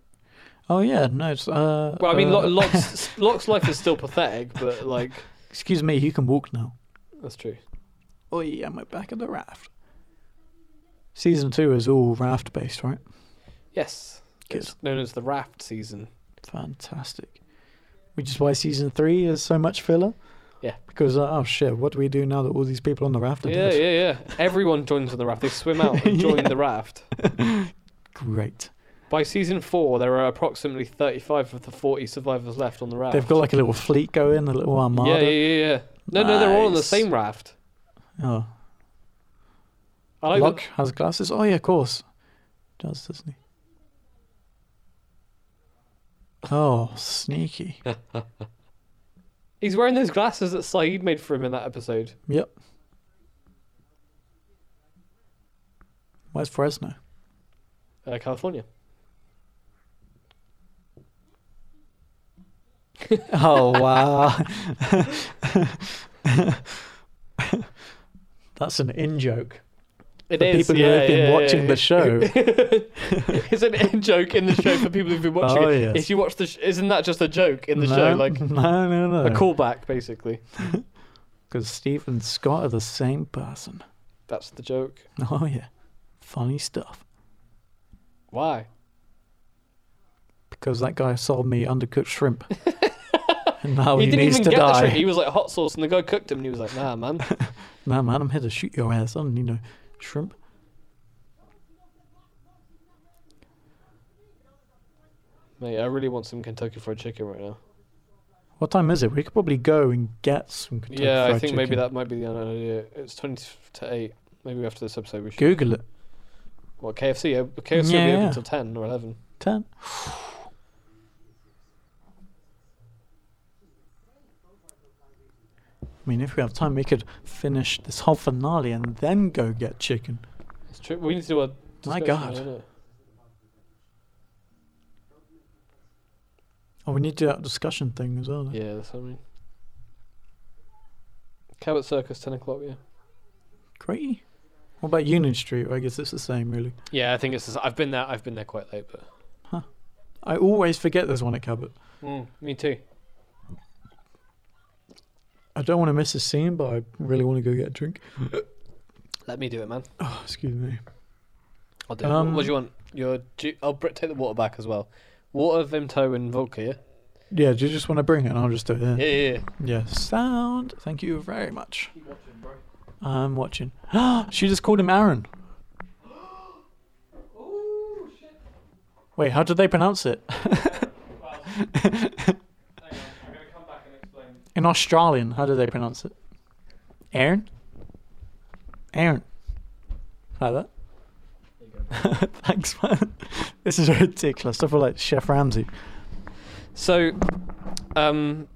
B: Oh yeah, no, it's uh.
A: Well, I mean,
B: uh,
A: Lo- Locke's, Locke's life is still pathetic, but like
B: excuse me, you can walk now.
A: that's true.
B: Oh yeah, my back of the raft. Season two is all raft based, right?
A: Yes,
B: Good.
A: it's known as the raft season.
B: Fantastic. Which is why season three is so much filler.
A: Yeah.
B: Because uh, oh shit, what do we do now that all these people on the raft are
A: Yeah,
B: dead?
A: yeah, yeah. Everyone joins on the raft. They swim out and join the raft.
B: Great.
A: By season four, there are approximately thirty-five of the forty survivors left on the raft.
B: They've got like a little fleet going, a little armada.
A: Oh, yeah, yeah, yeah, yeah. No, no, they're all on the
B: Nice.
A: same raft.
B: Oh,
A: I like
B: Locke
A: that-
B: has glasses. Oh yeah, of course. Does doesn't he? Oh, sneaky.
A: He's wearing those glasses that Saeed made for him in that episode.
B: yep. Where's Fresno?
A: Uh, California.
B: Oh wow. That's an in joke.
A: It
B: The
A: is.
B: people who have been watching the show.
A: it's an in joke in the show for people who've been watching
B: Oh,
A: it.
B: yes.
A: If you watch the, sh- isn't that just a joke in the
B: no,
A: show? Like
B: no, no, no.
A: a callback, basically.
B: Because Steve and Scott are the same person.
A: That's the joke.
B: Oh yeah, funny stuff.
A: Why?
B: Because that guy sold me undercooked shrimp, and now
A: he
B: Oh, he,
A: didn't
B: needs
A: even
B: to
A: get the shrimp.
B: die.
A: He was like hot sauce, and the guy cooked him, and he was like, "Nah, man."
B: Nah, man, I'm here to shoot your ass. I don't need no shrimp.
A: Mate, I really want some Kentucky Fried Chicken right now.
B: What time is it? We could probably go and get some Kentucky
A: yeah, I
B: Fried
A: think maybe
B: Chicken.
A: that might be the idea. It's twenty to eight. Maybe after this episode, we should.
B: Google it.
A: What KFC? uh, KFC will be
B: Yeah.
A: open till ten or eleven.
B: Ten. I mean, if we have time, we could finish this whole finale and then go get chicken.
A: It's true. We need to do a.
B: My
A: discussion,
B: God.
A: don't it?
B: Oh, we need to do that discussion thing as well. then.
A: Yeah, that's what I mean. Cabot Circus, 10 o'clock, yeah.
B: Great. What about Union Street? I guess it's the same, really.
A: Yeah, I think it's. I've been there. I've been there quite late, but
B: I always forget there's one at Cabot.
A: Mm, me too.
B: I don't want to miss a scene, but I really want to go get a drink.
A: Let me do it, man.
B: Oh, excuse me.
A: I'll do it.
B: Um,
A: What, do you want? Your, ju- I'll br- take the water back as well. Water, Vimto, and Vodka. Yeah,
B: Yeah, do you just want to bring it? And I'll just do it. Here.
A: yeah, yeah. yeah.
B: Yeah. Sound. Thank you very much. I'm watching. she just called him Aaron. Wait, how did they pronounce it? In Australian, how do they pronounce it? Aaron? Aaron. Like that? Thanks, man. This is ridiculous. I feel like Chef Ramsay.
A: So, um,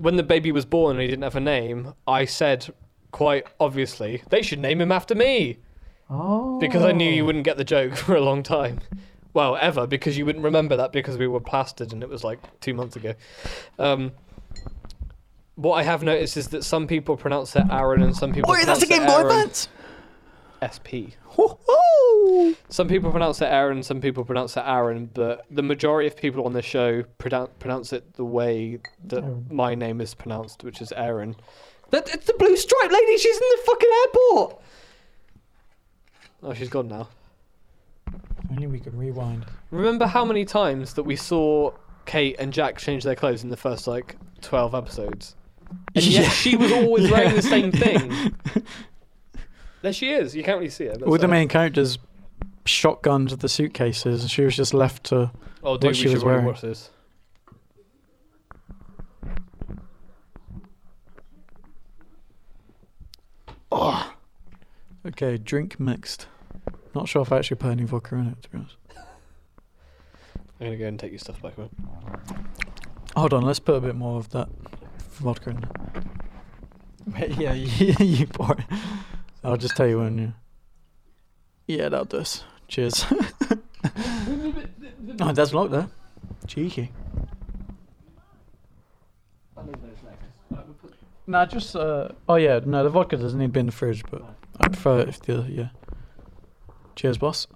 A: when the baby was born and he didn't have a name, I said quite obviously they should name him after me
B: Oh.
A: because I knew you wouldn't get the joke for a long time. Well, ever because you wouldn't remember that because we were plastered and it was like two months ago. Um, what I have noticed is that some people pronounce it Aaron and some people.
B: Wait, that's a
A: pronounce
B: game,
A: it
B: boy,
A: Aaron.
B: fans!
A: SP.
B: Woo-hoo!
A: Some people pronounce it Aaron, some people pronounce it Aaron, but the majority of people on the show pronounce, pronounce it the way that
B: Aaron.
A: my name is pronounced, which is Aaron. That, it's the blue stripe lady. She's in the fucking airport. Oh, she's gone now.
B: If only we could rewind.
A: Remember how many times that we saw Kate and Jack change their clothes in the first like twelve episodes? And yet
B: Yeah.
A: she was always wearing the same thing.
B: Yeah.
A: There she is. You can't really see her. but
B: All the
A: so-
B: main characters shotgunned the suitcases, and she was just left to.
A: Oh, dude,
B: what she
A: we
B: was
A: should probably
B: wearing.
A: watch this.
B: Okay, drink mixed. Not sure if I actually put any vodka in it, to be honest.
A: I'm gonna go and take your stuff back, man.
B: Hold on, let's put a bit more of that vodka in there. Wait, yeah, you, you pour it. I'll just tell you when you. Yeah, that'll do us. Cheers. oh, it does lock there. Cheeky. Nah, just uh. Oh yeah, no, the vodka doesn't need to be in the fridge, but I prefer it if the yeah. Cheers, boss.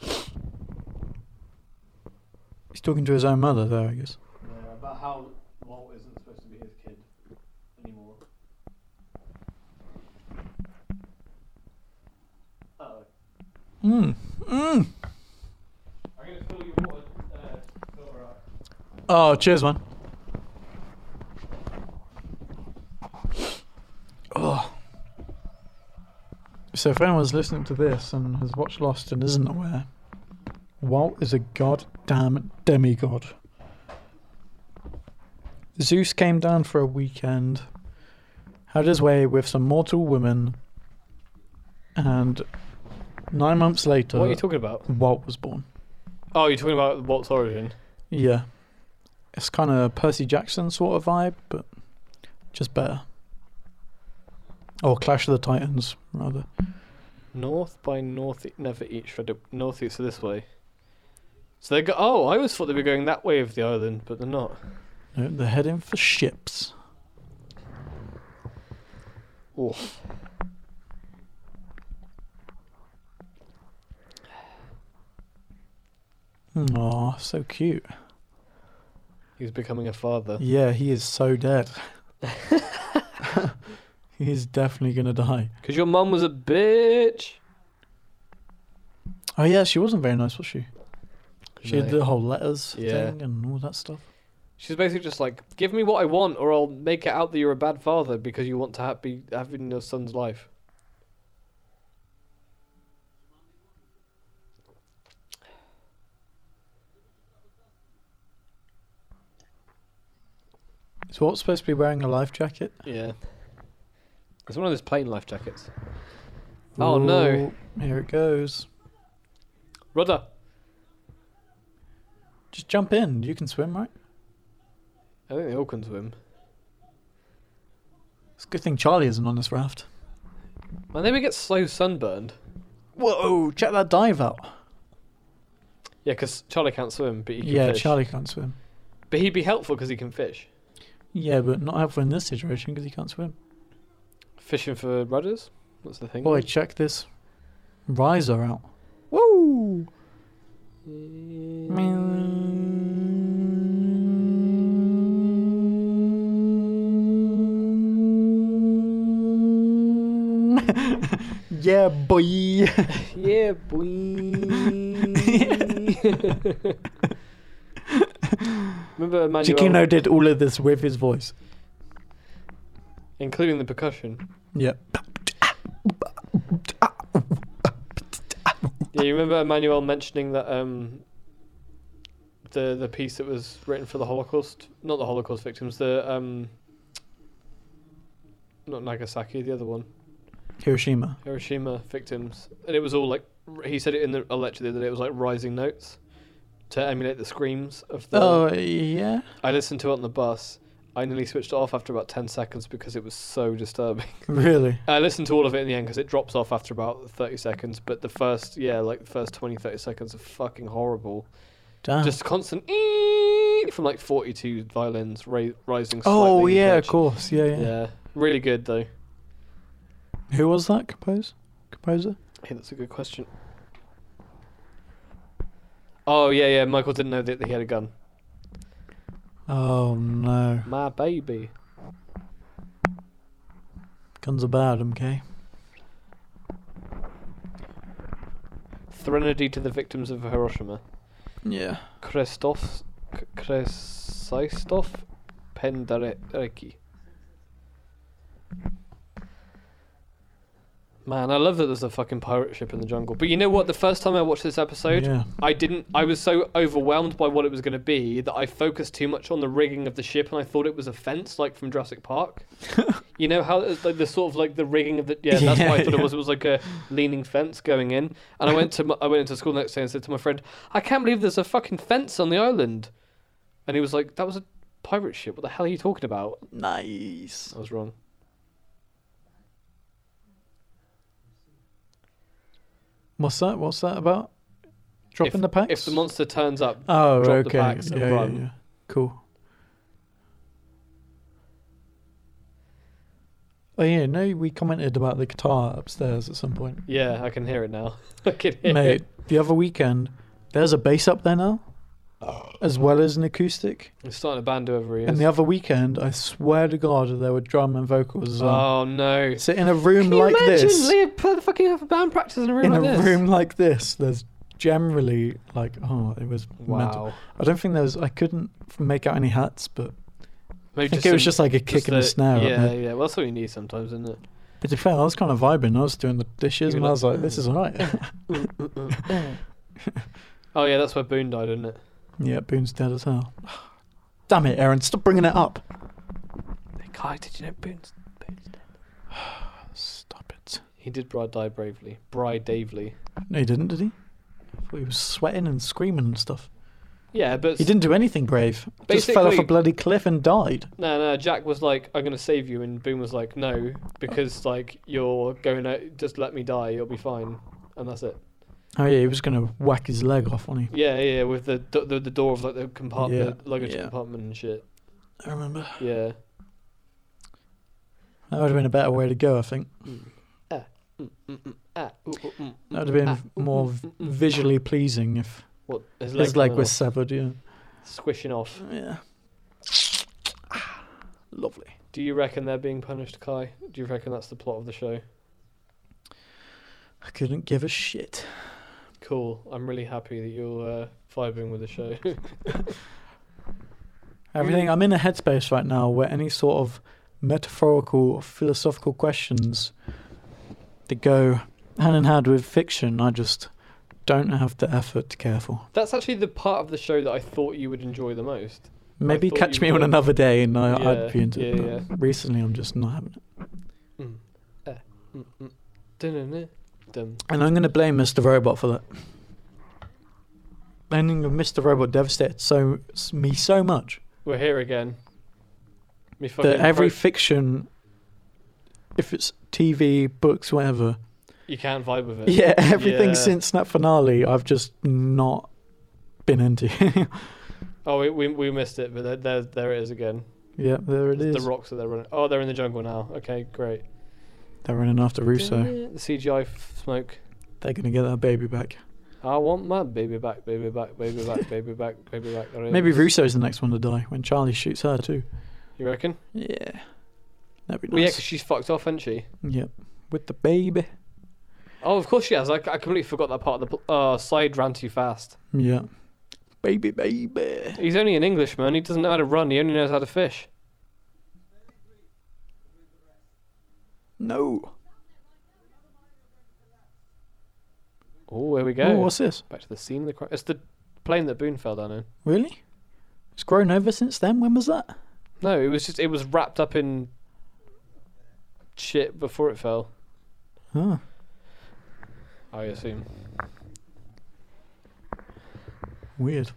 B: He's talking to his own mother there, I guess.
D: Yeah, about how Walt isn't supposed to be his kid anymore. Oh,
B: Mm. Mm.
D: I'm gonna fill your water uh, filter up.
B: Oh, cheers, man. Oh. So, if anyone's listening to this and has watched Lost and isn't aware, Walt is a goddamn demigod. Zeus came down for a weekend, had his way with some mortal women, and nine months later,
A: What are you talking about?
B: Walt was born.
A: Oh, you're talking about Walt's origin.
B: Yeah. It's kind of Percy Jackson sort of vibe, but just better. Or Clash of the Titans, rather.
A: North by north, never eat shredded. Northeast so this way. So they go. Oh, I always thought they were going that way of the island, but they're not.
B: No, they're heading for ships.
A: Oh.
B: Oh, so cute.
A: He's becoming a father.
B: Yeah, he is so dead. he is definitely going to die.
A: Because your mum was a bitch.
B: Oh, yeah, she wasn't very nice, was she? She did
A: No.
B: the whole letters
A: Yeah.
B: thing and all that stuff.
A: She's basically just like, give me what I want, or I'll make it out that you're a bad father because you want to ha- be having your son's life.
B: Is Walt supposed to be wearing a life jacket?
A: Yeah. It's one of those plain life jackets. Oh, no.
B: Ooh, Here it goes.
A: Rudder.
B: Just jump in. You can swim, right?
A: I think they all can swim.
B: It's a good thing Charlie isn't on this raft.
A: Man, they would get so sunburned.
B: oh, Whoa, check that dive out.
A: Yeah, because Charlie can't swim, but he can
B: yeah,
A: fish.
B: Charlie can't swim.
A: But he'd be helpful because he can fish.
B: Yeah, but not helpful in this situation because he can't swim.
A: Fishing for rudders? What's the thing?
B: Boy, check this. Riser out.
A: Woo!
B: Yeah, boy.
A: Yeah, boy. Remember Emmanuel,
B: Chiquino did all of this with his voice.
A: including the percussion.
B: Yeah.
A: Yeah, you remember Emmanuel mentioning that um, the the piece that was written for the Holocaust, not the Holocaust victims, the um, not Nagasaki, the other one,
B: Hiroshima.
A: Hiroshima victims, and it was all like r- he said it in the, a lecture the other day. It was like rising notes to emulate the screams of the.
B: Oh, yeah.
A: I listened to it on the bus. I nearly switched it off after about ten seconds because it was so disturbing.
B: Really?
A: I listened to all of it in the end because it drops off after about 30 seconds. But the first, yeah, like the first 20, 30 seconds are fucking horrible.
B: Damn.
A: Just constant ee from like 42 violins ra- rising.
B: oh,
A: slightly in
B: yeah, of
A: pitch.
B: course. Yeah, yeah,
A: Yeah, really good though.
B: Who was that? Compose? Composer?
A: Hey, that's a good question. Oh, yeah, yeah. Michael didn't know that he had a gun.
B: Oh, no.
A: My baby.
B: Guns are bad, okay?
A: Threnody to the victims of Hiroshima.
B: Yeah.
A: Christoph. K- Krzysztof Penderecki. Man, I love that there's a fucking pirate ship in the jungle. But you know what? The first time I watched this episode,
B: Yeah.
A: I didn't. I was so overwhelmed by what it was going to be that I focused too much on the rigging of the ship, and I thought it was a fence, like from Jurassic Park. you know how it's like the sort of like the rigging of the yeah. That's what I
B: Yeah,
A: thought it
B: yeah.
A: was. It was like a leaning fence going in, and I went to my, I went into school the next day and said to my friend, "I can't believe there's a fucking fence on the island," and he was like, "That was a pirate ship. What the hell are you talking about?"
B: Nice.
A: I was wrong.
B: What's that? What's that about? Dropping the packs?
A: If the monster turns up,
B: oh,
A: drop the
B: okay.
A: packs and
B: yeah, yeah,
A: run.
B: yeah. Cool. Oh, yeah. No, we commented about the guitar upstairs at some point.
A: yeah, I can hear it now. I can hear
B: Mate,
A: it.
B: the other weekend, there's a bass up there now,
A: Oh.
B: as well as an acoustic.
A: It's starting a band over here.
B: And the other weekend, I swear to God, there were drum and vocals as well.
A: Oh no!
B: so in a room like this,
A: fucking have a band practice in a room
B: in
A: like
B: a
A: this.
B: room like this, there's generally like, oh, it was mental.
A: Wow.
B: I don't think there was. I couldn't f- make out any hats, but I
A: Maybe
B: think it was
A: some-
B: just like a kick and a
A: the-
B: snare. up
A: Yeah,
B: there.
A: yeah. Well, that's what you need sometimes, isn't it?
B: But to be fair, I was kind of vibing. I was doing the dishes,
A: You
B: and
A: were
B: I was like, this is alright.
A: Oh yeah, that's where Boone died, isn't it?
B: yeah, Boone's dead as hell. Damn it, Aaron! Stop bringing it up.
A: Kai, did you know Boone's Boone's dead?
B: Stop it.
A: He did bride die bravely. Bride Davely.
B: No, he didn't, did he? I thought he was sweating and screaming and stuff.
A: Yeah, but
B: He didn't do anything brave. Just fell off a
A: Basically-
B: bloody cliff and died.
A: No, no. Jack was like, "I'm gonna save you," and Boone was like, "No, because like you're going to just let me die. You'll be fine." And that's it.
B: Oh yeah, he was gonna whack his leg off, wasn't he?
A: Yeah, yeah. With the do- the, the door of like the compartment,
B: Yeah,
A: luggage
B: yeah.
A: compartment and shit.
B: I remember.
A: Yeah.
B: That would have been a better way to go, I think.
A: Ah, ooh, ooh, mm,
B: That would have
A: mm,
B: been
A: ah, ooh,
B: more
A: mm,
B: v-
A: mm, mm.
B: visually pleasing if
A: What his leg,
B: his leg
A: coming
B: was
A: off,
B: severed. Yeah.
A: squishing off.
B: Yeah. Ah, Lovely.
A: Do you reckon they're being punished, Kai? Do you reckon that's the plot of the show?
B: I couldn't give a shit.
A: Cool. I'm really happy that you're uh, vibing with the show.
B: Everything. I'm in a headspace right now where any sort of metaphorical or philosophical questions that go hand in hand with fiction, I just don't have the effort to care for.
A: that's actually the part of the show that I thought you would enjoy the most.
B: Maybe
A: thought
B: catch
A: you
B: me on
A: would.
B: another day and I,
A: Yeah,
B: I'd be into it.
A: yeah,
B: but Recently, I'm just not having it.
A: Mm. Eh, mm, mm. Dun-dun-dun. Dum.
B: And I'm going to blame Mr. Robot for that. The Ending of Mr. Robot devastated so s- me so much
A: We're here again. Me fucking
B: that every
A: pro-
B: fiction, if it's TV, books, whatever,
A: you can't vibe with it.
B: yeah, everything
A: Uh, Yeah.
B: since that finale, I've just not been empty.
A: Oh, we, we, we missed it, but there, there, there it is again.
B: yeah, there it
A: It's
B: is.
A: the rocks that they're running. Oh, they're in the jungle now. Okay, great.
B: They're running after Russo.
A: The CGI f- smoke.
B: They're gonna get that baby back.
A: I want my baby back, baby back, baby back, baby back, baby back. There it
B: Maybe
A: is.
B: Russo's the next one to die when Charlie shoots her too.
A: You reckon?
B: Yeah, that'd be
A: Well, yeah, 'cause
B: nice.
A: she's fucked off, hasn't she?
B: yeah, with the baby.
A: Oh, of course she has. I, I completely forgot that part of the pl- uh, side ran too fast.
B: Yeah, baby, baby.
A: He's only an Englishman. He doesn't know how to run. He only knows how to fish.
B: No.
A: Oh, here we go.
B: Oh, what's this?
A: Back to the scene of the crime. It's the plane that Boone fell down in.
B: Really? It's grown over since then. When was that?
A: No, it was just it was wrapped up in shit before it fell.
B: Huh.
A: I assume.
B: Weird.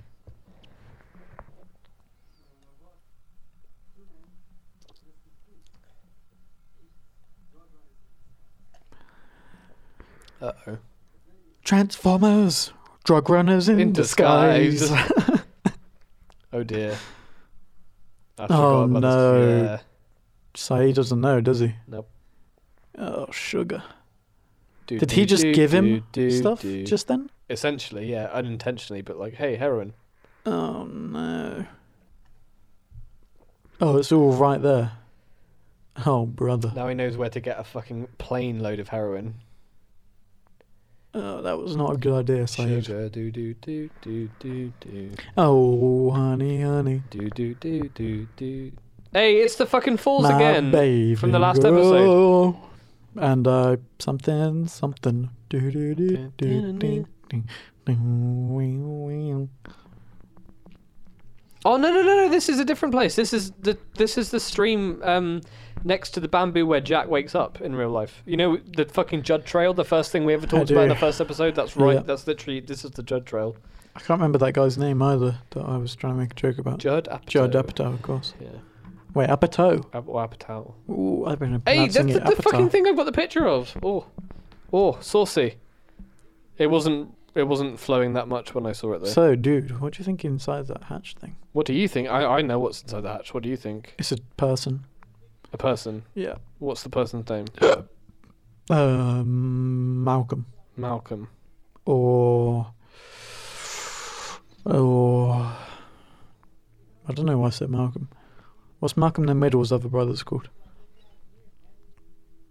A: Uh oh.
B: Transformers, drug runners in,
A: In
B: disguise.
A: disguise. Oh dear. I
B: Oh,
A: forgot about
B: no.
A: This. Yeah.
B: so he doesn't know, does he?
A: Nope.
B: Oh, sugar.
A: Do,
B: Did
A: do,
B: he just
A: do,
B: give him
A: do, do,
B: Stuff
A: do.
B: just then?
A: essentially, yeah, unintentionally, but like, hey, heroin.
B: Oh no. Oh, it's all right there. Oh brother.
A: Now he knows where to get a fucking plane load of heroin.
B: Oh, that was not a good idea, Saeed.
A: Sugar, do do do do do do
B: Oh, honey, honey.
A: do do do do do. Hey, it's the fucking falls
B: my
A: again.
B: baby
A: from the last episode.
B: girl. And uh, something, something. Do do do do do. do, do.
A: Oh no no no no! This is a different place. This is the this is the stream um, next to the bamboo where Jack wakes up in real life. You know the fucking Judd Trail, the first thing we ever talked about in
B: do.
A: the first episode. That's right.
B: Yeah.
A: That's literally this is the Judd Trail.
B: I can't remember that guy's name either that I was trying to make a joke about.
A: Judd Apatow.
B: Judd Apatow, of course.
A: Yeah.
B: Wait, Apatow.
A: Ap- or Apatow.
B: Ooh, I've been
A: Hey,
B: pronouncing
A: that's the,
B: it
A: the
B: Apatow.
A: fucking thing I've got the picture of. Oh, oh, saucy. It wasn't. It wasn't flowing that much when I saw it though.
B: So, dude, what do you think inside that hatch thing?
A: what do you think? I, I know what's inside the hatch. What do you think?
B: It's a person.
A: A person.
B: Yeah.
A: What's the person's name?
B: Um, Malcolm
A: Malcolm.
B: or or I don't know why I said Malcolm. What's Malcolm the Middle's other brother's called?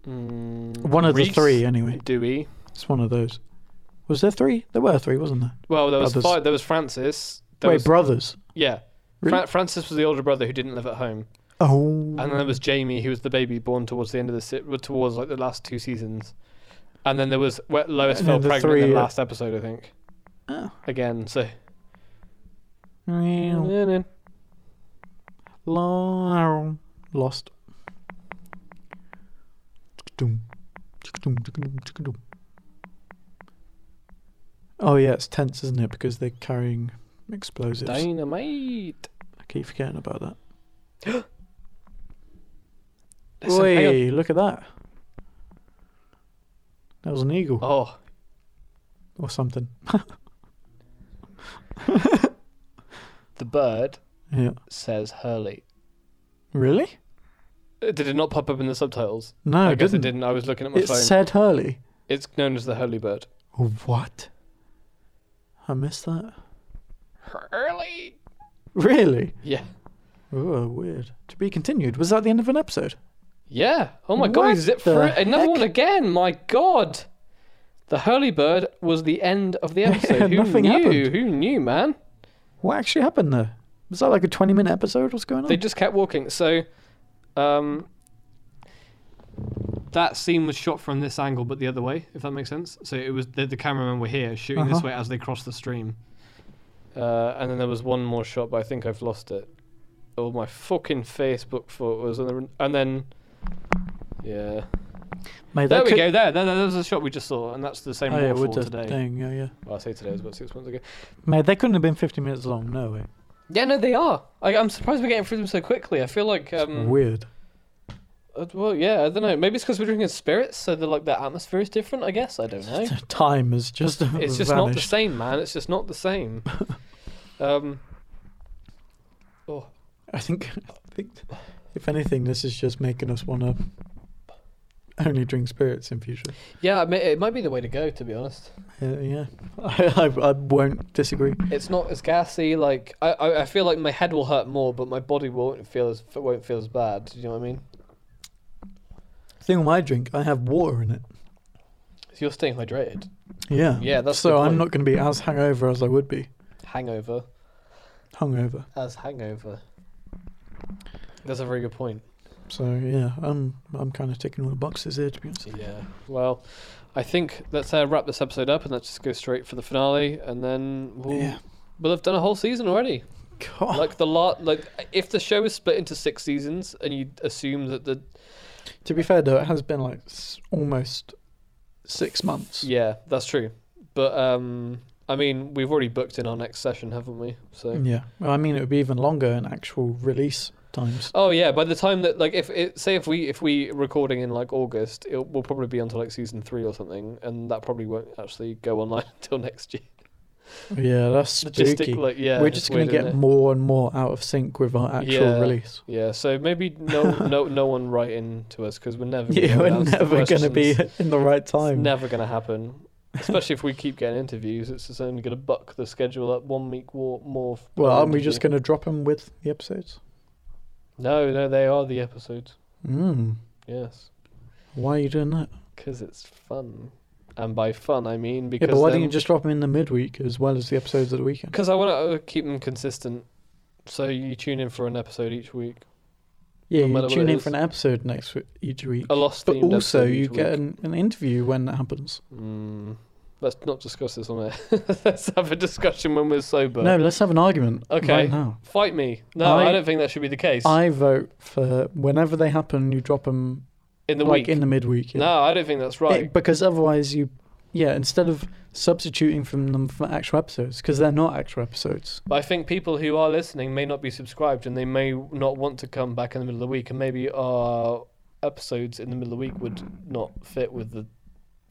A: Mm,
B: One of
A: Reese?
B: the three, anyway.
A: Dewey.
B: It's one of those. Was there three? There were three, wasn't there?
A: Well, there was
B: Brothers.
A: five. There was Francis. There
B: Wait,
A: was,
B: brothers.
A: yeah.
B: Really?
A: Fra- Francis was the older brother who didn't live at home,
B: oh,
A: and then there was Jamie, who was the baby born towards the end of the se- towards like the last two seasons, and then there was where Lois
B: And
A: fell
B: then the
A: pregnant in
B: three-
A: the last episode, I think.
B: Oh.
A: Again, so.
B: Meow. Lo- lost. Chick-a-dum, chick-a-dum, chick-a-dum, chick-a-dum. Oh yeah, it's tense, isn't it? Because they're carrying explosives.
A: Dynamite.
B: I keep forgetting about that.
A: Listen, hang on.
B: Oi, look at that. That was an eagle
A: Oh,
B: or something.
A: the bird
B: Yeah.
A: says Hurley.
B: Really?
A: Uh, Did it not pop up in the subtitles?
B: No,
A: I
B: it
A: guess
B: didn't.
A: it didn't. I was looking at my
B: It
A: phone.
B: said Hurley.
A: It's known as the Hurley bird.
B: What? I missed that.
A: Hurley.
B: Really?
A: Yeah.
B: Oh, weird. To be continued. Was that the end of an episode?
A: Yeah. Oh my god, we
B: What
A: zip
B: the
A: through it. another
B: heck?
A: one again. My god. The Hurley Bird was the end of the episode. Who
B: nothing
A: knew?
B: happened.
A: Who knew, man?
B: What actually happened there? Was that like a 20 minute episode? What's going on?
A: They just kept walking. So um that scene was shot from this angle but the other way, if that makes sense. So it was the, the cameramen were here shooting this
B: Uh-huh.
A: way as they crossed the stream. Uh, and then there was one more shot, but I think I've lost it. Oh my fucking Facebook photos, and then, and then yeah.
B: Mate,
A: There
B: that
A: we
B: could-
A: go. There, there, there, was a shot we just saw, and that's the same
B: Oh, yeah,
A: waterfall
B: with the
A: today.
B: thing. Yeah, yeah.
A: Well, I say today it was about six months ago.
B: Mate, they couldn't have been 50 minutes long. No way.
A: Yeah, no, they are. I, I'm surprised we're getting through them so quickly. I feel like,
B: It's
A: um,
B: weird.
A: uh, well, yeah, I don't know. Maybe it's because we're drinking spirits, so the like the atmosphere is different. I guess I don't know.
B: Time has just
A: It's just not the
B: vanished.
A: same, man. It's just not the same. Um, oh,
B: I think, I think, if anything, this is just making us want to only drink spirits in future.
A: yeah, it, may, it might be the way to go. To be honest,
B: Uh, yeah, I, I, I won't disagree.
A: it's not as gassy. Like I, I, I feel like my head will hurt more, but my body won't feel as won't feel as bad. Do you know what I mean?
B: thing on my drink, I have water in it.
A: So you're staying hydrated.
B: Yeah.
A: Yeah, that's the
B: so I'm
A: point.
B: not going to be as hungover as I would be
A: Hangover
B: hungover.
A: as hangover. That's a very good point.
B: So yeah, I'm I'm kind of ticking all the boxes here to be honest.
A: Yeah. Well, I think let's uh, wrap this episode up and let's just go straight for the finale, and then we'll
B: Yeah. Oh.
A: we'll have done a whole season already.
B: God.
A: like the lot like if the show is split into six seasons and you assume that the
B: to be fair though, it has been like s- almost six months.
A: yeah that's true but um i mean we've already booked in our next session haven't we so
B: Yeah. Well, I mean, it would be even longer in actual release times.
A: oh yeah by the time that like if it say if we if we recording in like august it will probably be onto like season three or something and that probably won't actually go online until next year
B: Yeah, that's spooky.
A: Logistic, like yeah
B: We're
A: it's
B: just going
A: weird,
B: to
A: isn't
B: get
A: it?
B: more and more out of sync with our actual
A: Yeah.
B: release.
A: yeah so maybe no no no one write in to us because we're never gonna
B: Yeah, we're
A: announce the
B: never going to
A: questions.
B: be in the right
A: It's
B: time.
A: never going to happen. Especially if we keep getting interviews, it's just only going to buck the schedule up one week war, more. f-
B: well,
A: per
B: aren't we just
A: interview.
B: going to drop them with the episodes?
A: No, no, they are the episodes.
B: Mm.
A: Yes,
B: Why are you doing that?
A: because it's fun, and by fun I mean because.
B: Yeah, but why don't
A: then-
B: you just drop them in the midweek as well as the episodes of the weekend?
A: Because I want to keep them consistent, so you tune in for an episode each week.
B: Yeah,
A: no matter
B: you
A: what
B: tune
A: it
B: in
A: is.
B: for an episode next week, each week.
A: A lost
B: But
A: themed
B: also,
A: episode
B: you
A: each
B: get
A: week.
B: an, an interview when that happens.
A: Mm, let's not discuss this on it. let's have a discussion when we're sober.
B: no, let's have an argument
A: Okay.
B: right now.
A: Fight me. No, I,
B: I-
A: don't think that should be the case.
B: I vote for whenever they happen, you drop them
A: in the
B: like
A: week.
B: in the midweek. yeah.
A: No, I don't think that's
B: Yeah,
A: right.
B: because otherwise, you yeah, instead of substituting from them for actual episodes, because they're not actual episodes.
A: But I think people who are listening may not be subscribed and they may not want to come back in the middle of the week, and maybe our episodes in the middle of the week would not fit with the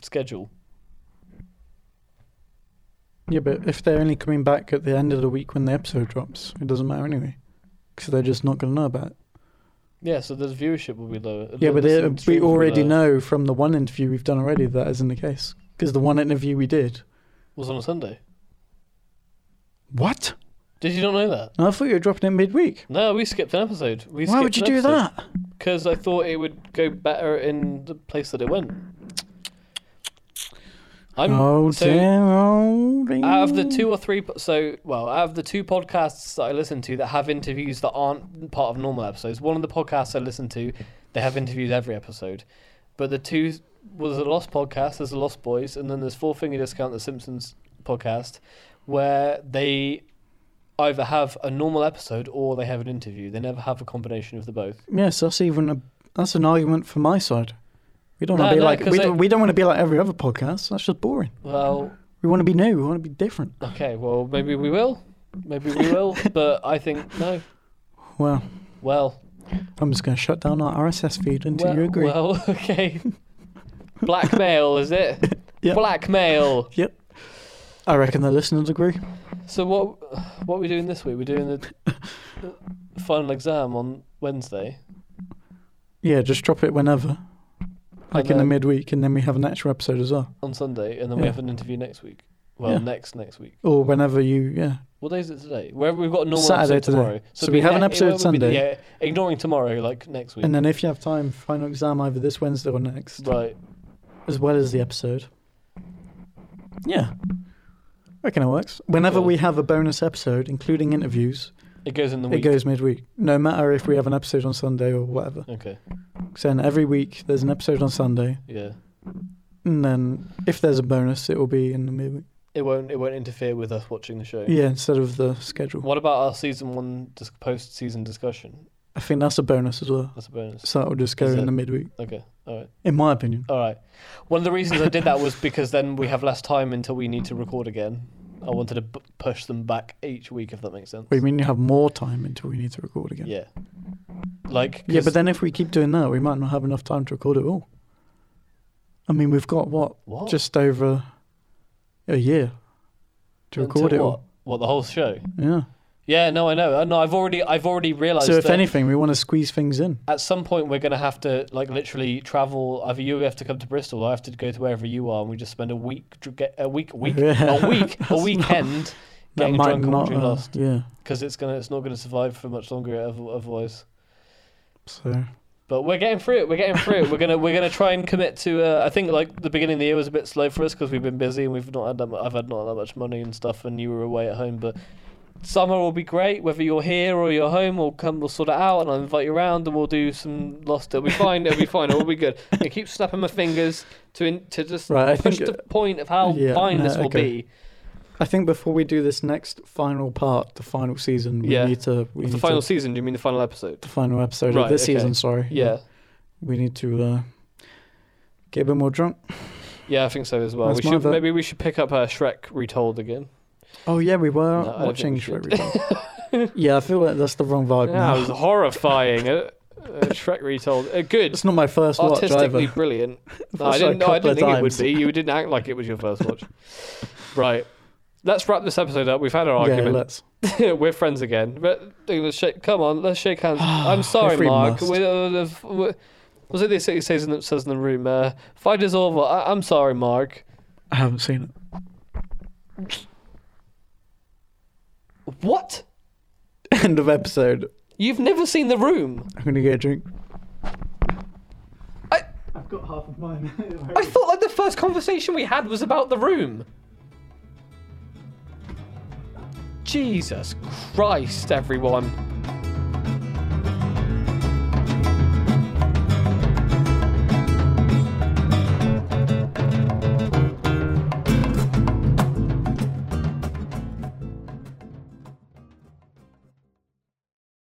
A: schedule.
B: Yeah, but if they're only coming back at the end of the week when the episode drops, it doesn't matter anyway, because they're just not going to know about it.
A: Yeah, so the viewership will be lower.
B: Yeah,
A: the
B: but
A: listening
B: it, we
A: streams will be
B: already
A: lower.
B: know from the one interview we've done already that isn't the case. Because the one interview we did.
A: was on a Sunday.
B: What?
A: Did you not know that?
B: I thought you were dropping it midweek.
A: No, we skipped an episode. We
B: Why would you do that?
A: Because I thought it would go better in the place that it went. I'm
B: oh,
A: so-
B: damn. Oh, damn.
A: out of the two or three po- so well out of the two podcasts that i listen to that have interviews that aren't part of normal episodes one of the podcasts i listen to they have interviews every episode but the two well there's a lost podcast there's a lost boys and then there's four finger discount the simpsons podcast where they either have a normal episode or they have an interview they never have a combination of the both
B: Yes, that's even a, that's an argument for my side. We don't want
A: No,
B: to be
A: no,
B: like
A: 'cause
B: we,
A: they-
B: don't, we don't want to be like every other podcast. That's just boring.
A: well
B: We want to be new. We want to be different.
A: okay well maybe we will maybe we will but i think no
B: Well,
A: well
B: I'm just going to shut down our RSS feed until
A: well,
B: you agree.
A: Well, okay. Blackmail, is it?
B: Yep.
A: Blackmail.
B: I reckon the listeners agree.
A: So what? What are we doing this week? We're doing the the final exam on Wednesday.
B: Yeah, just drop it whenever, like in the
A: then-
B: midweek, and then we have an actual episode as well,
A: On Sunday, and then we
B: Yeah.
A: have an interview next week. Well,
B: Yeah.
A: next next week.
B: or whenever you yeah
A: What day is it today? Where we've got a normal
B: Saturday
A: episode
B: today.
A: tomorrow.
B: So
A: it'd
B: we
A: be
B: have an
A: ne- it
B: episode
A: would be-
B: Sunday.
A: yeah, ignoring tomorrow, like next week.
B: And then if you have time, final exam either this Wednesday or next,
A: right.
B: as well as the episode. Yeah. Reckon it works. Whenever
A: Okay.
B: we have a bonus episode, including interviews,
A: It goes in the
B: it
A: week.
B: goes midweek. No matter if we have an episode on Sunday or whatever.
A: okay.
B: So then every week there's an episode on Sunday,
A: Yeah.
B: and then if there's a bonus, it will be in the midweek.
A: It won't. It won't interfere with us watching the show.
B: Yeah, instead of the schedule.
A: What about our season one dis- post-season discussion?
B: I think that's a bonus as well.
A: That's a bonus.
B: So it'll just go
A: Is
B: in
A: it?
B: the midweek,
A: Okay. All right.
B: in my opinion.
A: All right. One of the reasons I did that was because then we have less time until we need to record again. I wanted to b- push them back each week, if that makes sense.
B: What do you mean you have more time until we need to record again?
A: Yeah. Like.
B: Yeah,
A: 'cause-
B: but then if we keep doing that, we might not have enough time to record it all. I mean, we've got what
A: what?
B: just over a year to
A: Until
B: record it
A: what?
B: all
A: What the whole show?
B: Yeah.
A: Yeah, no, I know. Uh, No, I've already, I've already realised.
B: So if
A: that
B: anything, we want to squeeze things in.
A: at some point we're gonna have to like literally travel. Either you have to come to Bristol, or I have to go to wherever you are, and we just spend a week, dr- get a week, week, a week, a weekend
B: That
A: getting
B: might
A: drunk and
B: not.
A: watching
B: uh,
A: Lost
B: yeah.
A: because it's gonna, it's not gonna survive for much longer oth- otherwise.
B: So
A: But we're getting through it. We're getting through it. We're gonna, we're gonna try and commit to. Uh, I think like the beginning of the year was a bit slow for us because we've been busy and we've not had that. Mu- I've had not that much money and stuff, and you were away at home, but. Summer will be great, whether you're here or you're home. We'll come, we'll sort it out, and I'll invite you around, and we'll do some lost. It'll be fine. It'll be fine. It'll be good. I keep snapping my fingers to in, to just
B: Right, I
A: push
B: think-
A: the point of how
B: Yeah,
A: fine
B: no,
A: this will
B: okay.
A: be.
B: I think before we do this next final part, the final season, we
A: Yeah.
B: need to. We
A: Of the
B: need
A: final
B: to,
A: season, do you mean the final episode?
B: the final episode
A: Right,
B: of this
A: okay.
B: season. Sorry.
A: Yeah,
B: We need to uh, get a bit more drunk.
A: yeah, I think so as well.
B: That's
A: we
B: my
A: should
B: vote.
A: maybe we should pick up uh, Shrek retold again.
B: Oh yeah, we were
A: No, I don't
B: watching
A: think
B: Shrek.
A: we
B: Reborn. yeah, I feel like that's the wrong vibe.
A: Yeah,
B: now.
A: it was horrifying. uh, uh, Shrek retold, uh, good,
B: It's not my first watch
A: artistically
B: either.
A: brilliant. No, I
B: Watched it a
A: didn't. No, I
B: couple
A: didn't
B: of
A: think it would
B: times.
A: be. You didn't act like it was your first watch. right. Let's wrap this episode up. We've had our
B: Yeah,
A: argument.
B: let's.
A: We're friends again. But let's shake, come on, let's shake hands. I'm sorry,
B: If we
A: Mark.
B: must.
A: We- uh, the- we- was it this? It says in the, says in the room. Uh, fight is over. I, I'm sorry, Mark.
B: I haven't seen it.
A: What?
B: End of episode.
A: You've never seen the room?
B: I'm gonna get a drink.
D: I've got half of mine.
A: I thought like the first conversation we had was about the room. Jesus Christ, everyone.